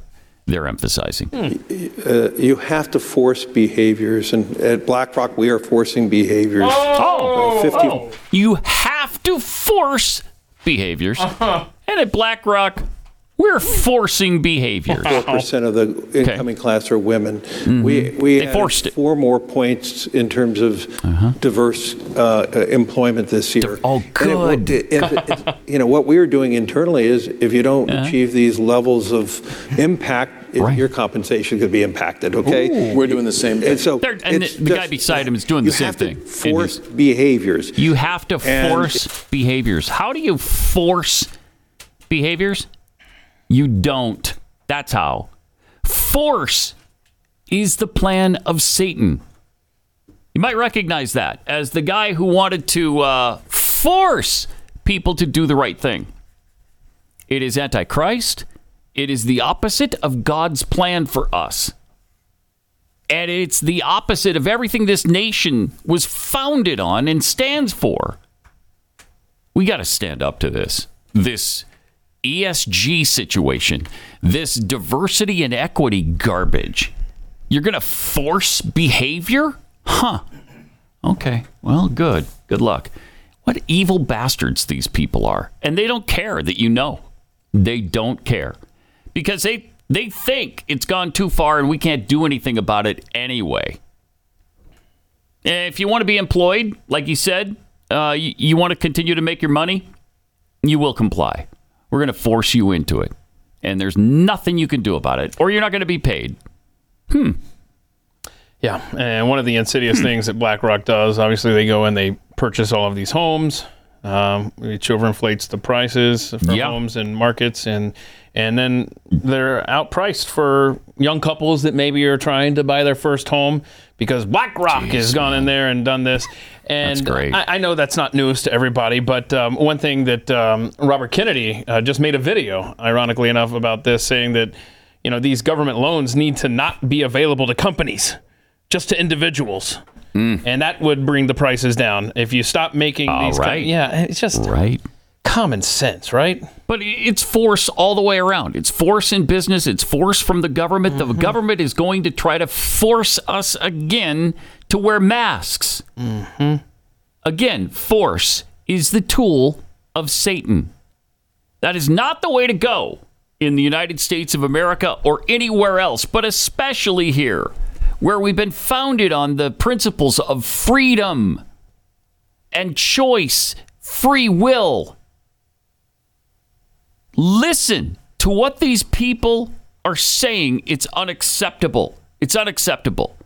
they're emphasizing.
Uh, you have to force behaviors, and at BlackRock, we are forcing behaviors.
Oh,
Uh, 50
oh. you have to force behaviors, and at BlackRock, we're forcing behaviors.
Four percent of the incoming class are women. We we
Mm-hmm. They
added
forced it. Uh-huh.
four more points in terms of diverse uh, uh, employment this year. Oh,
good.
you know what we are doing internally is if you don't
Uh-huh.
achieve these levels of impact, it- your compensation could be impacted. Okay,
Ooh. We're doing the same thing.
And so
There- and
it's
the guy
just-
beside him is doing the
you
same
have to
thing.
Force behaviors.
You have to
And-
force behaviors. How do you force behaviors? You don't. That's how. Force is the plan of Satan. You might recognize that as the guy who wanted to uh, force people to do the right thing. It is antichrist. It is the opposite of God's plan for us. And it's the opposite of everything this nation was founded on and stands for. We got to stand up to this. This ESG situation, this diversity and equity garbage. You're going to force behavior? Huh. Okay. Well, good. Good luck. What evil bastards these people are. And they don't care that you know. They don't care. Because they they think it's gone too far and we can't do anything about it anyway. If you want to be employed, like you said, uh, you, you want to continue to make your money, you will comply. We're going to force you into it. And there's nothing you can do about it, or you're not going to be paid.
Yeah, and one of the insidious things that BlackRock does, obviously, they go and they purchase all of these homes, um, which overinflates the prices for homes and markets, and and then they're outpriced for young couples that maybe are trying to buy their first home because BlackRock has gone in there and done this. And uh,
great.
I, I know that's not news to everybody, but um, one thing that um, Robert Kennedy uh, just made a video, ironically enough, about this, saying that you know these government loans need to not be available to companies just to individuals.
Mm.
And that would bring the prices down if you stop making these. com-
right.
yeah, Uh, it's just
right.
common sense, right?
But i- it's force all the way around. It's force in business, it's force from the government. The government is going to try to force us again to wear masks. Mm-hmm. Again, force is the tool of Satan. That is not the way to go in the United States of America or anywhere else, but especially here, where we've been founded on the principles of freedom and choice, free will. Listen to what these people are saying. It's unacceptable. It's unacceptable.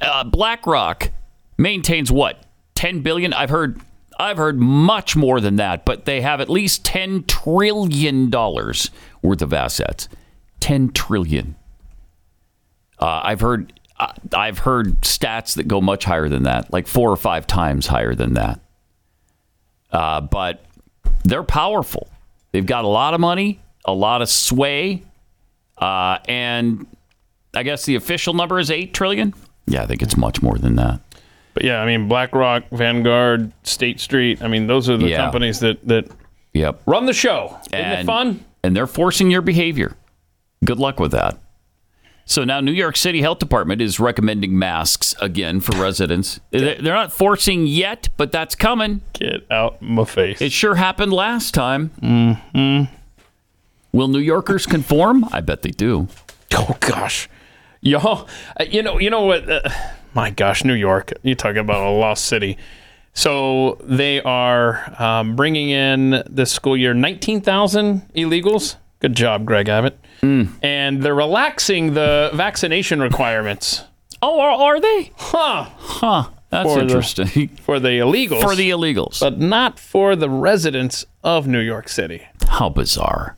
Uh, BlackRock maintains what? 10 billion? I've heard I've heard much more than that, but they have at least 10 trillion dollars worth of assets. 10 trillion. Uh, I've heard uh, I've heard stats that go much higher than that, like 4 or 5 times higher than that. Uh, but they're powerful. They've got a lot of money, a lot of sway, uh, and I guess the official number is eight trillion. Yeah, I think it's much more than that.
But yeah, I mean BlackRock, Vanguard, State Street. I mean those are the
Yeah.
companies that that
Yep.
run the show. Isn't it fun?
And they're forcing your behavior. Good luck with that. So now New York City Health Department is recommending masks again for residents. They- They're not forcing yet, but that's coming.
Get out my face.
It sure happened last time.
Mm-hmm.
Will New Yorkers conform? I bet they do.
Oh gosh, y'all. uh, You know, you know what? Uh, my gosh, New York. You talk about a lost city. So they are um, bringing in this school year 19,000 illegals. Good job, Greg Abbott.
Mm.
And they're relaxing the vaccination requirements.
Oh, are, are they?
Huh.
Huh. That's
For the-
interesting.
for the illegals.
For the illegals.
But not for the residents of New York City.
How bizarre.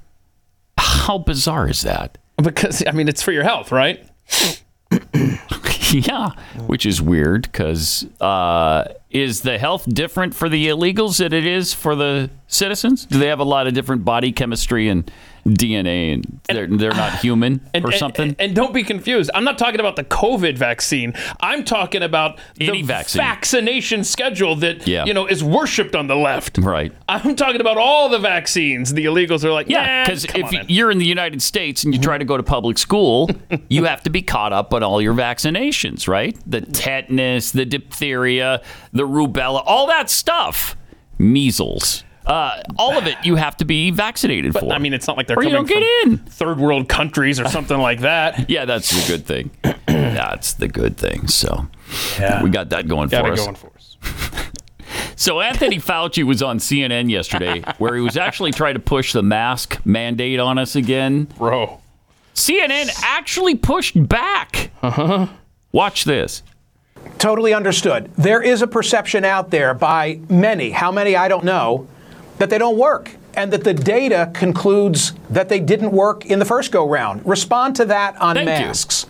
How bizarre is that?
Because, I mean, it's for your health, right?
yeah, which is weird because uh, Is the health different for the illegals than it is for the citizens? Do they have a lot of different body chemistry and DNA, and they're they're not human or something?
uh, And, don't be confused. I'm not talking about the COVID vaccine. I'm talking about
Any
the
vaccine.
vaccination schedule that
Yeah.
you know is worshipped on the left.
Right.
I'm talking about all the vaccines. The illegals are like,
Yeah, because if you're in the United States and you try to go to public school, you have to be caught up on all your vaccinations, right? The tetanus, the diphtheria, the rubella, all that stuff, measles, uh, all of it. You have to be vaccinated for. I mean,
it's not like they're
or you
coming
don't get
from
in
third world countries or something like that.
Yeah, that's the good thing. that's the good thing. So we got that going
Got
for
it
us.
going for us.
So Anthony Fauci was on CNN yesterday, where he was actually trying to push the mask mandate on us again.
Bro,
CNN actually pushed back. Uh huh. Watch this.
Totally understood. There is a perception out there by many, how many I don't know, that they don't work and that the data concludes that they didn't work in the first go round. Respond to that on
Thank you.
masks.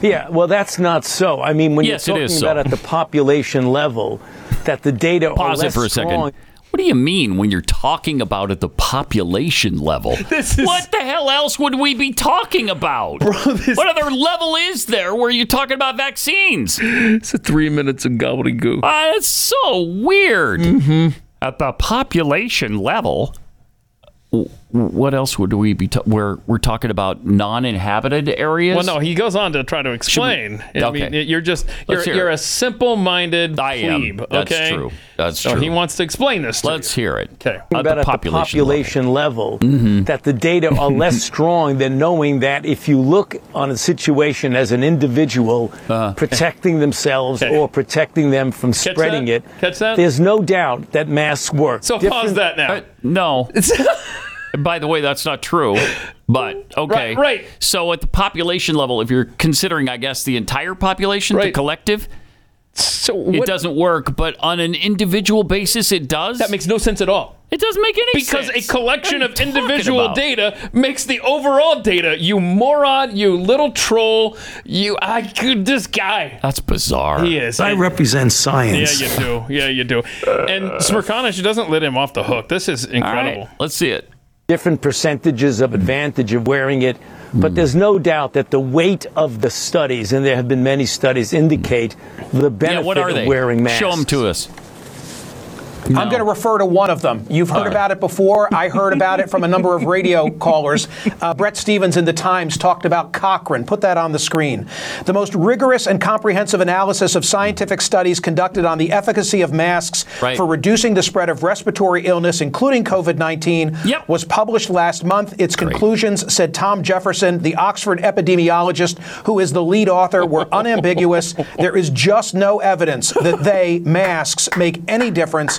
Yeah, well, that's not so. I mean, when
Yes, it
you're talking
is so.
about at the population level, that the data are
Pause it
less
for a second.
strong-
What do you mean when you're talking about at the population level?
This is-
What the hell else would we be talking about? What other level is there where you're talking about vaccines?
It's a three minutes of gobbledygook. Mm-hmm.
Ah, that's so weird. At the population level, w- what else would we be? Ta- we're we're talking about non-inhabited areas.
Well, no, he goes on to try to explain. I
Okay.
mean, you're just you're,
Let's hear
you're
it.
a simple-minded
I am.
plebe.
That's
okay,
true. That's
so
true.
He wants to explain this. To
Let's hear it.
Okay,
About at the population, level, that the data are less strong than knowing that if you look on a situation as an individual protecting themselves or protecting them from spreading
that?
it,
Catch that?
there's no doubt that masks work.
So pause that now.
Uh, No. By the way, that's not true. But okay,
Right, right.
So at the population level, if you're considering, I guess, the entire population, the collective,
so
it doesn't work. But on an individual basis, it does. That
makes no sense at all.
It doesn't make any
because
sense.
a collection
What
of
are you talking
individual
about?
data makes the overall data. You moron, you little troll, you I could this guy.
That's bizarre.
He is.
I
And-
represent science.
Yeah, you do. Yeah, you do. And Smirkanish doesn't let him off the hook. This is incredible.
Uh. Let's see it.
different percentages of advantage of wearing it.
Hmm.
But there's no doubt that the weight of the studies, and there have been many studies, indicate the benefit
Yeah, what are
of
they?
wearing masks.
Show them to us.
I'm going to refer to one of them. You've heard
All right.
about it before. I heard about it from a number of radio callers. Uh, Brett Stevens in The Times talked about Cochrane. Put that on the screen. The most rigorous and comprehensive analysis of scientific studies conducted on the efficacy of masks
Right.
for reducing the spread of respiratory illness, including COVID 19, was published last month. Its conclusions, said Tom Jefferson, the Oxford epidemiologist who is the lead author, were unambiguous. There is just no evidence that they, masks, make any difference.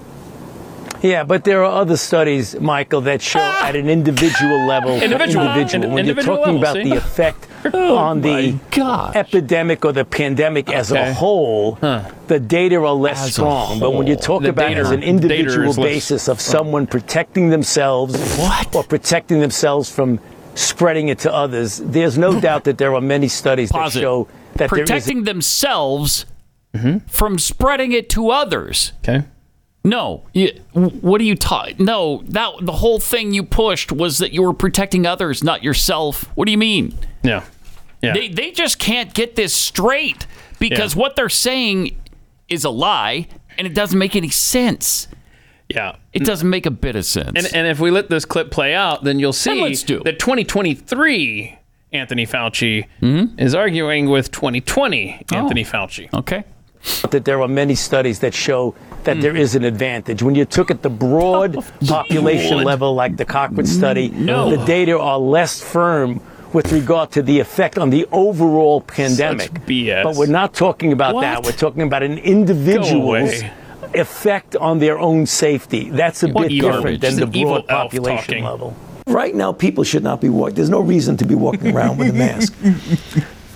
Yeah, but there are other studies, Michael, that show at an individual level, for
Ah! Individual.
individual,
An-
when
individual
you're talking
level,
about
see? Oh
the effect on the epidemic or the pandemic as
Okay.
a whole, the data are less
As a
strong. But when you
whole.
talk
The
about
data-
as an
the data
individual
is less-
basis of
Oh.
someone protecting themselves or protecting themselves from spreading it to others, there's no doubt that there are many studies that show that there is
protecting themselves from spreading it to others.
Okay.
No, you, what are you talking? No, that the whole thing you pushed was that you were protecting others, not yourself. What do you mean?
Yeah. Yeah.
They they just can't get this straight because what they're saying is a lie and it doesn't make any sense.
Yeah.
It doesn't make a bit of sense.
And, and if we let this clip play out, then you'll see that 2023 Anthony Fauci is arguing with 2020 Anthony Fauci.
Okay.
that there are many studies that show that
Hmm.
there is an advantage. When you took at the broad population
Lord.
level, like the Cochrane study,
No.
the data are less firm with regard to the effect on the overall pandemic.
BS.
But we're not talking about
What?
that. We're talking about an individual's
away.
effect on their own safety. That's a
What E
bit
evil-
different than
just
the
an evil
broad
elf
population
talking.
level. Right now, people should not be walking. There's no reason to be walking around with a mask.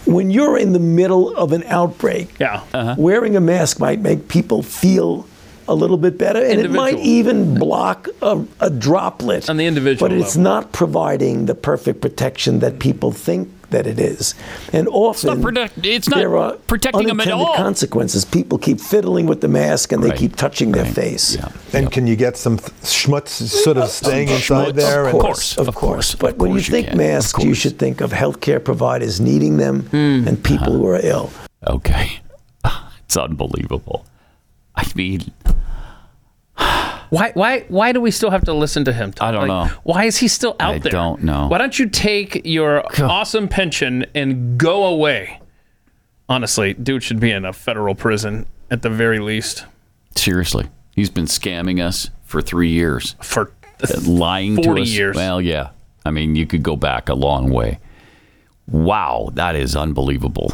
When you're in the middle of an outbreak,
Uh-huh.
wearing a mask might make people feel a little bit better, and it might
Individual.
even block a, a droplet on the individual. But it's
level.
not providing the perfect protection that people think that it is, and often
protect- it's not
there are
protecting 'em at
unintended
all.
Consequences: people keep fiddling with the mask, and they keep touching their face.
And can you get some th- schmutz sort of staying
Of
inside
course,
there?
Of
and-
course, of course. But when you think masks, you should think of healthcare providers needing them and people who are ill.
Okay. It's unbelievable. I mean,
Why, why, why do we still have to listen to him? I don't
know.
Why is he still out
I
there?
don't know.
Why don't you take your awesome pension and go away? Honestly, dude should be in a federal prison at the very least.
seriously, he's been scamming us for three years. Uh,
For
lying to
40
us.
years.
Well, yeah. I mean, you could go back a long way. Wow, that is unbelievable.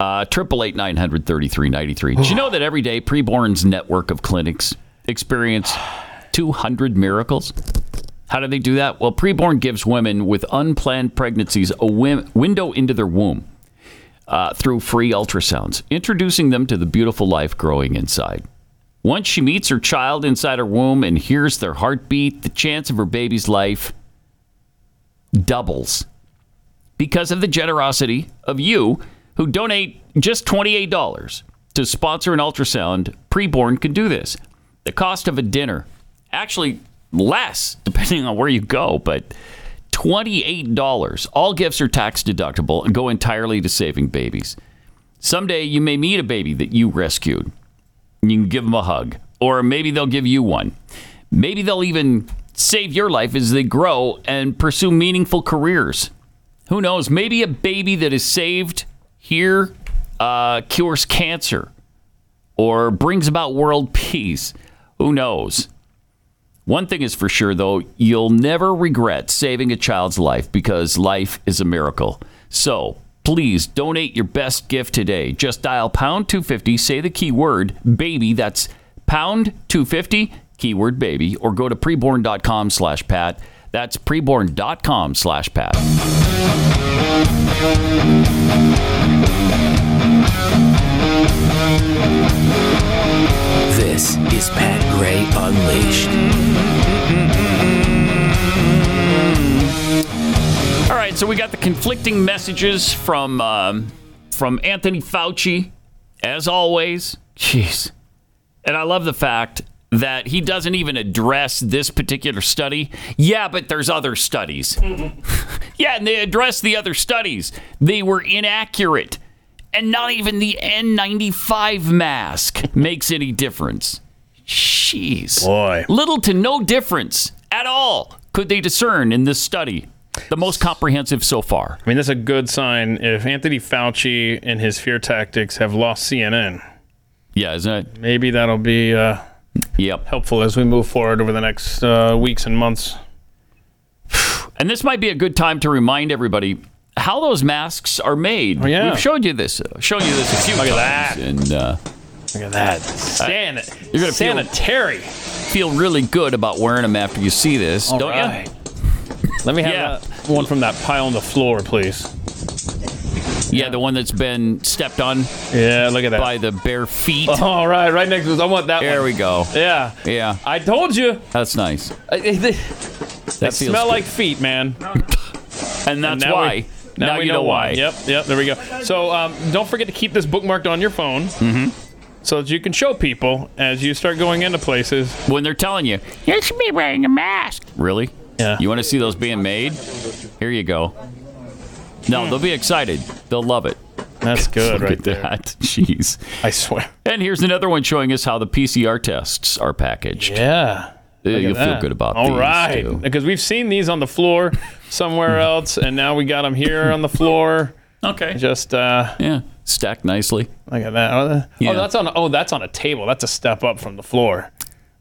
Uh, Triple eight nine hundred thirty three ninety three. Do you know that every day Preborn's network of clinics experience two hundred miracles? How do they do that? Well, Preborn gives women with unplanned pregnancies a win- window into their womb uh, through free ultrasounds, introducing them to the beautiful life growing inside. Once she meets her child inside her womb and hears their heartbeat, the chance of her baby's life doubles because of the generosity of you who donate just $28 to sponsor an ultrasound. Preborn can do this. The cost of a dinner, actually less depending on where you go, but $28. All gifts are tax deductible and go entirely to saving babies. Someday you may meet a baby that you rescued. You can give them a hug, or maybe they'll give you one. Maybe they'll even save your life as they grow and pursue meaningful careers. Who knows? Maybe a baby that is saved here uh, cures cancer or brings about world peace. Who knows? One thing is for sure, though, you'll never regret saving a child's life because life is a miracle. So please donate your best gift today. Just dial pound 250, say the keyword baby. That's pound 250, keyword baby, or go to preborn.com slash Pat. That's preborn.com slash Pat.
This is Pat Gray Unleashed.
Hmm. All right, so we got the conflicting messages from um, from Anthony Fauci, as always. Jeez, and I love the fact that he doesn't even address this particular study. Yeah, but there's other studies. yeah, and they addressed the other studies. They were inaccurate, and not even the N95 mask makes any difference. Jeez, boy, little to no difference at all could they discern in this study. The most comprehensive so far.
I mean, that's a good sign. If Anthony Fauci and his fear tactics have lost CNN,
yeah, isn't it?
Maybe that'll be uh,
yep
helpful as we move forward over the next uh, weeks and months.
And this might be a good time to remind everybody how those masks are made.
Oh, yeah.
We've showed you this, uh, shown you this a few
Look at
times.
that.
And uh,
Look at that.
San-
you're
gonna feel-
sanitary.
feel really good about wearing them after you see this,
All
don't
right.
you?
Let me have that one from that pile on the floor, please.
Yeah, the one that's been stepped on.
Yeah, look at that.
By the bare feet.
All right, right next to us. I want that
There
one.
we go.
Yeah.
Yeah.
I told you.
That's nice.
I- They, they
That feels
smell
good.
like feet, man.
And that's
now
why.
we-
now
we
you know why.
Yep, yep. There we go. So um, don't forget to keep this bookmarked on your phone, mm-hmm. so that you can show people as you start going into places
when they're telling you you should be wearing a mask. Really? Yeah. You want to see those being made? Here you go. No, they'll be excited. They'll love it.
Hmm. That's good
Look
right
at that. Jeez.
I swear.
And here's another one showing us how the PCR tests are packaged.
Yeah.
Yeah,
Look at
you'll feel
that.
good about
All
these,
right.
too. Hmm.
Because we've seen these on the floor somewhere else, and now we got them here on the floor.
Okay.
Just uh,
yeah, stacked nicely.
Look at that. Oh, that-
Yeah.
Oh, that's on. Oh, that's on a table. That's a step up from the floor.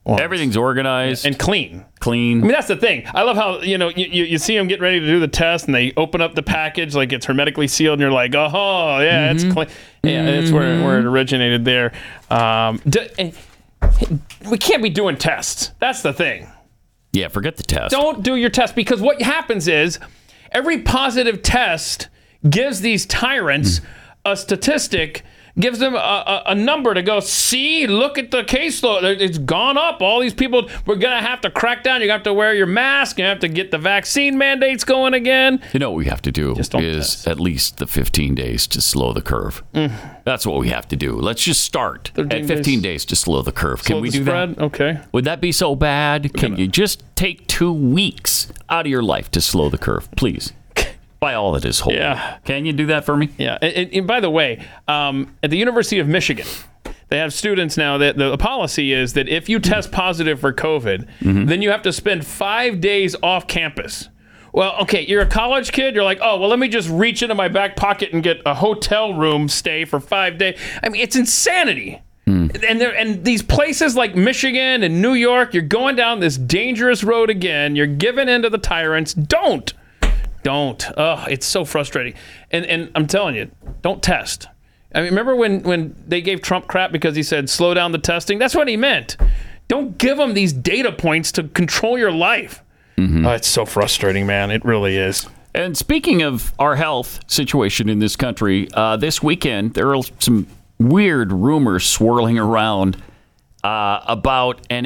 Everything's organized
and clean.
Clean.
I mean, that's the thing. I love how you know you, you, you see them getting ready to do the test, and they open up the package like it's hermetically sealed, and you're like,
Mm-hmm.
oh yeah, it's clean. Yeah, that's where where it originated there. Um, d- and we can't be doing tests. That's the thing.
Yeah, forget the test.
Don't do your test because what happens is every positive test gives these
Hmm.
tyrants a statistic, gives them a, a, a number to go, see, look at the caseload. It- It's gone up. All these people, we're going to have to crack down. You're going to have to wear your mask. You have to get the vaccine mandates going again.
You know what we have to do is at least the 15 days to slow the curve.
Mm.
That's what we have to do. Let's just start at
13
15 days. to slow the curve.
Slow
Can we
the
do
spread?
that?
Okay.
Would that be so bad? Can you just take two weeks out of your life to slow the curve, please? By all that is holy.
Yeah.
Can you do that for me?
Yeah. And, and- and by the way, um, at the University of Michigan, they have students now that the policy is that if you test positive for COVID,
Mm-hmm.
then you have to spend five days off campus. Well, okay, you're a college kid. You're like, oh, well, let me just reach into my back pocket and get a hotel room stay for five days. I mean, it's insanity.
Hmm.
And there, and these places like Michigan and New York, you're going down this dangerous road again. You're giving in to the tyrants. Don't, don't. Oh, it's so frustrating. And and I'm telling you, don't test. I mean, remember when when they gave Trump crap because he said slow down the testing? That's what he meant. Don't give them these data points to control your life.
Mm-hmm.
Oh, it's so frustrating, man. It really is.
And speaking of our health situation in this country, uh, this weekend there are some weird rumors swirling around uh, about an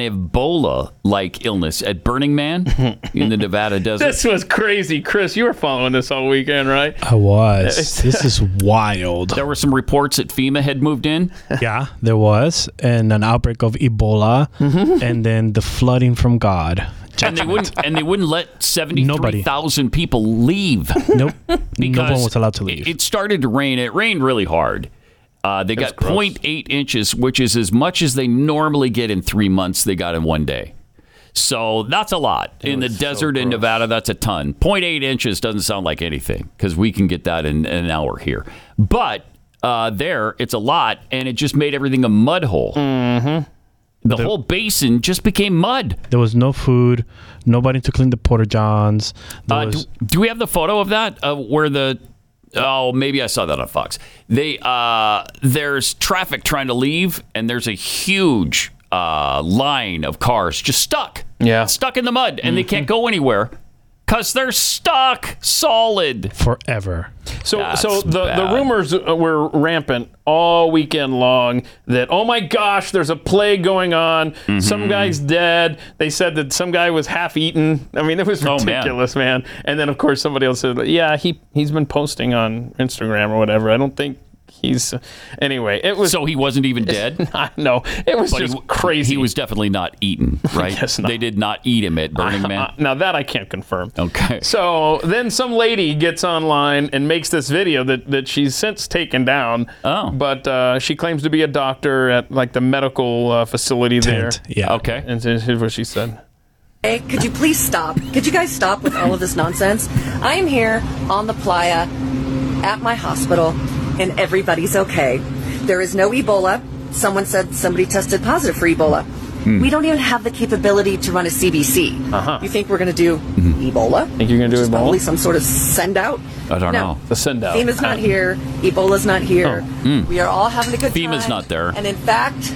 Ebola-like illness at Burning Man in the Nevada desert.
This was crazy, Chris. You were following this all weekend, right?
I was. Oh, this is wild.
There were some reports that FEMA had moved in.
Yeah, there was, and an outbreak of Ebola, and then the flooding from God.
and they wouldn't and they wouldn't let 73,000 people leave.
Nope.
Because
no one was allowed to leave.
It, it started to rain. It rained really hard. Uh, they got 0.8 inches, which is as much as they normally get in three months. They got in one day. So that's a lot. in the desert in Nevada, that's a ton. 0.8 inches doesn't sound like anything because we can get that in, an hour here. But uh, there, it's a lot, and it just made everything a mud hole.
Mm.
Mm-hmm. The, whole basin just became mud.
There was no food, nobody to clean the porta johns. There
Uh, do,
was,
do we have the photo of that? Uh, where the oh, maybe I saw that on Fox. They uh, there's traffic trying to leave, and there's a huge uh, line of cars just stuck. Yeah, stuck in the mud, and they
Mm-hmm.
can't go anywhere because they're stuck solid
forever.
So, so
That's
the, the
bad.
rumors uh, were rampant all weekend long that, oh my gosh, there's a plague going on.
Mm-hmm.
Some guy's dead. They said that some guy was half eaten. I mean, it was
Oh, man.
ridiculous, man. And then, of course, somebody else said, yeah, he, he's been posting on Instagram or whatever. I don't think he's. Anyway, it was.
So he wasn't even dead?
no, it was
But he
just
w-
crazy.
He was definitely not eaten, right?
guess not.
They did not eat him at Burning Man.
now that I can't confirm.
Okay.
So then some lady gets online and makes this video that, that she's since taken down. Oh. But uh, she claims to be a doctor at like the medical uh, facility there.
Yeah.
Okay.
And this is what she said.
Hey, could you please stop? Could you guys stop with all of this nonsense? I am here on the playa at my hospital, and everybody's okay. There is no Ebola. Someone said somebody tested positive for Ebola.
Hmm.
We don't even have the capability to run a CBC.
Uh-huh.
You think we're going to do Mm-hmm. Ebola?
Think you're gonna do Ebola?
Probably some sort of send out.
I don't
No.
know.
The send out.
FEMA's not here. Ebola's not here.
Oh, mm.
We are all having a good time.
FEMA's not there.
And in fact,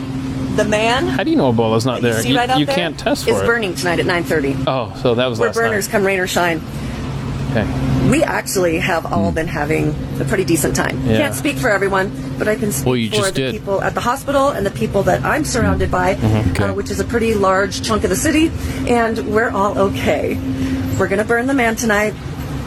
the man
How do you know Ebola's not there?
See right out there
can't test for
is
it.
burning tonight at 9:30.
Oh, so that was
We're
last
burners, come rain or shine.
night. Okay. Hmm.
We actually have all been having a pretty decent time.
Yeah.
Can't speak for everyone, but I can speak
Well, you
for
just
the
did.
people at the hospital and the people that I'm surrounded by,
Mm-hmm.
Mhm. Okay.
uh, which is a pretty large chunk of the city, and we're all okay. We're gonna burn the man tonight.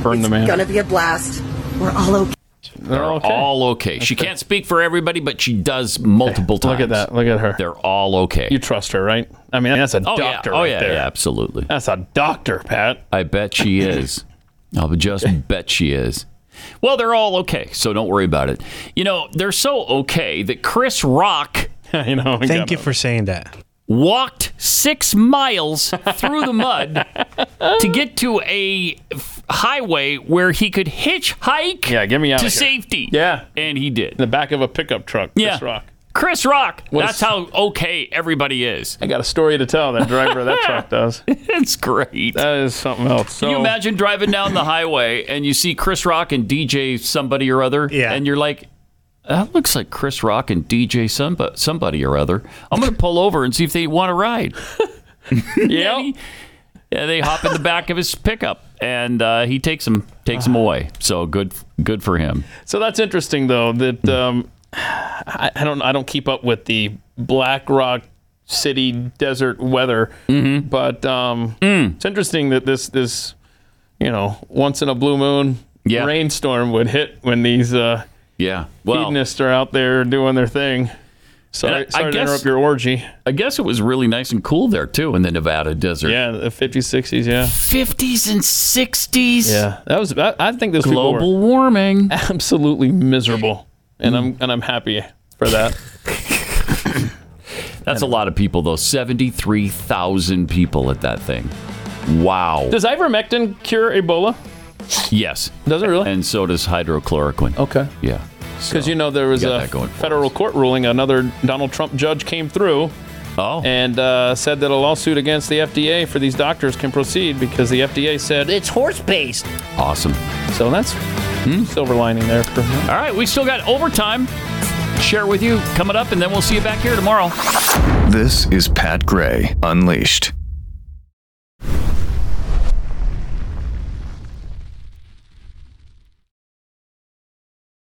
Burn the man.
Gonna be a blast. We're all okay.
They're okay.
All okay. she can't speak for everybody, but she does multiple times. Look at that.
Look at her.
They're all okay.
You trust her, right? I mean, that's a
oh,
doctor
Yeah. Oh,
right
yeah,
there.
yeah, absolutely.
That's a doctor, Pat.
I bet she is. I'll just bet she is. Well, they're all okay, so don't worry about it. You know, they're so okay that Chris Rock
you know,
Thank you for saying that.
walked six miles through the mud to get to a f- highway where he could hitchhike
Yeah, get me out
to
of here.
safety.
Yeah.
And he did. In
the back of a pickup truck.
Yeah.
Chris Rock.
Chris Rock.
What
That's
a-
how okay everybody is.
I got a story to tell that driver of that truck does.
It's great.
That is something else.
Can you
So-
imagine driving down the highway and you see Chris Rock and DJ somebody or other? Yeah. And you're like, That looks like Chris Rock and DJ somebo- somebody or other. I'm going to pull over and see if they want to ride. yeah. Yeah, they hop in the back of his pickup, and uh, he takes them takes them away. So good, good for him.
Ah. So that's interesting, though. That um, I, I don't I don't keep up with the Black Rock City desert weather,
Mm-hmm.
but um,
Mm.
it's interesting that this this you know once in a blue moon rainstorm would hit when these uh,
yeah well-
hedonists are out there doing their thing. Sorry,
And I- I
sorry to
guess-
interrupt your orgy.
I guess it was really nice and cool there too in the Nevada desert.
Yeah, the 50s, 60s. Yeah,
50s and 60s.
Yeah, that was. I, I think those people were
Global warming.
absolutely miserable, and I'm and I'm happy for that.
That's a lot of people though. Seventy three thousand people at that thing. Wow.
Does ivermectin cure Ebola?
Yes.
Does it really?
And so does hydrochloroquine.
Okay.
Yeah.
Because you know there was
got
a
that going
federal court ruling. Another Donald Trump judge came through.
Oh.
And uh, said that a lawsuit against the FDA for these doctors can proceed because the FDA said it's horse based.
Awesome. Hmm.
So that's silver lining there. For
All right, we still got overtime. Share with you coming up, and then we'll see you back here tomorrow.
This is Pat Gray Unleashed.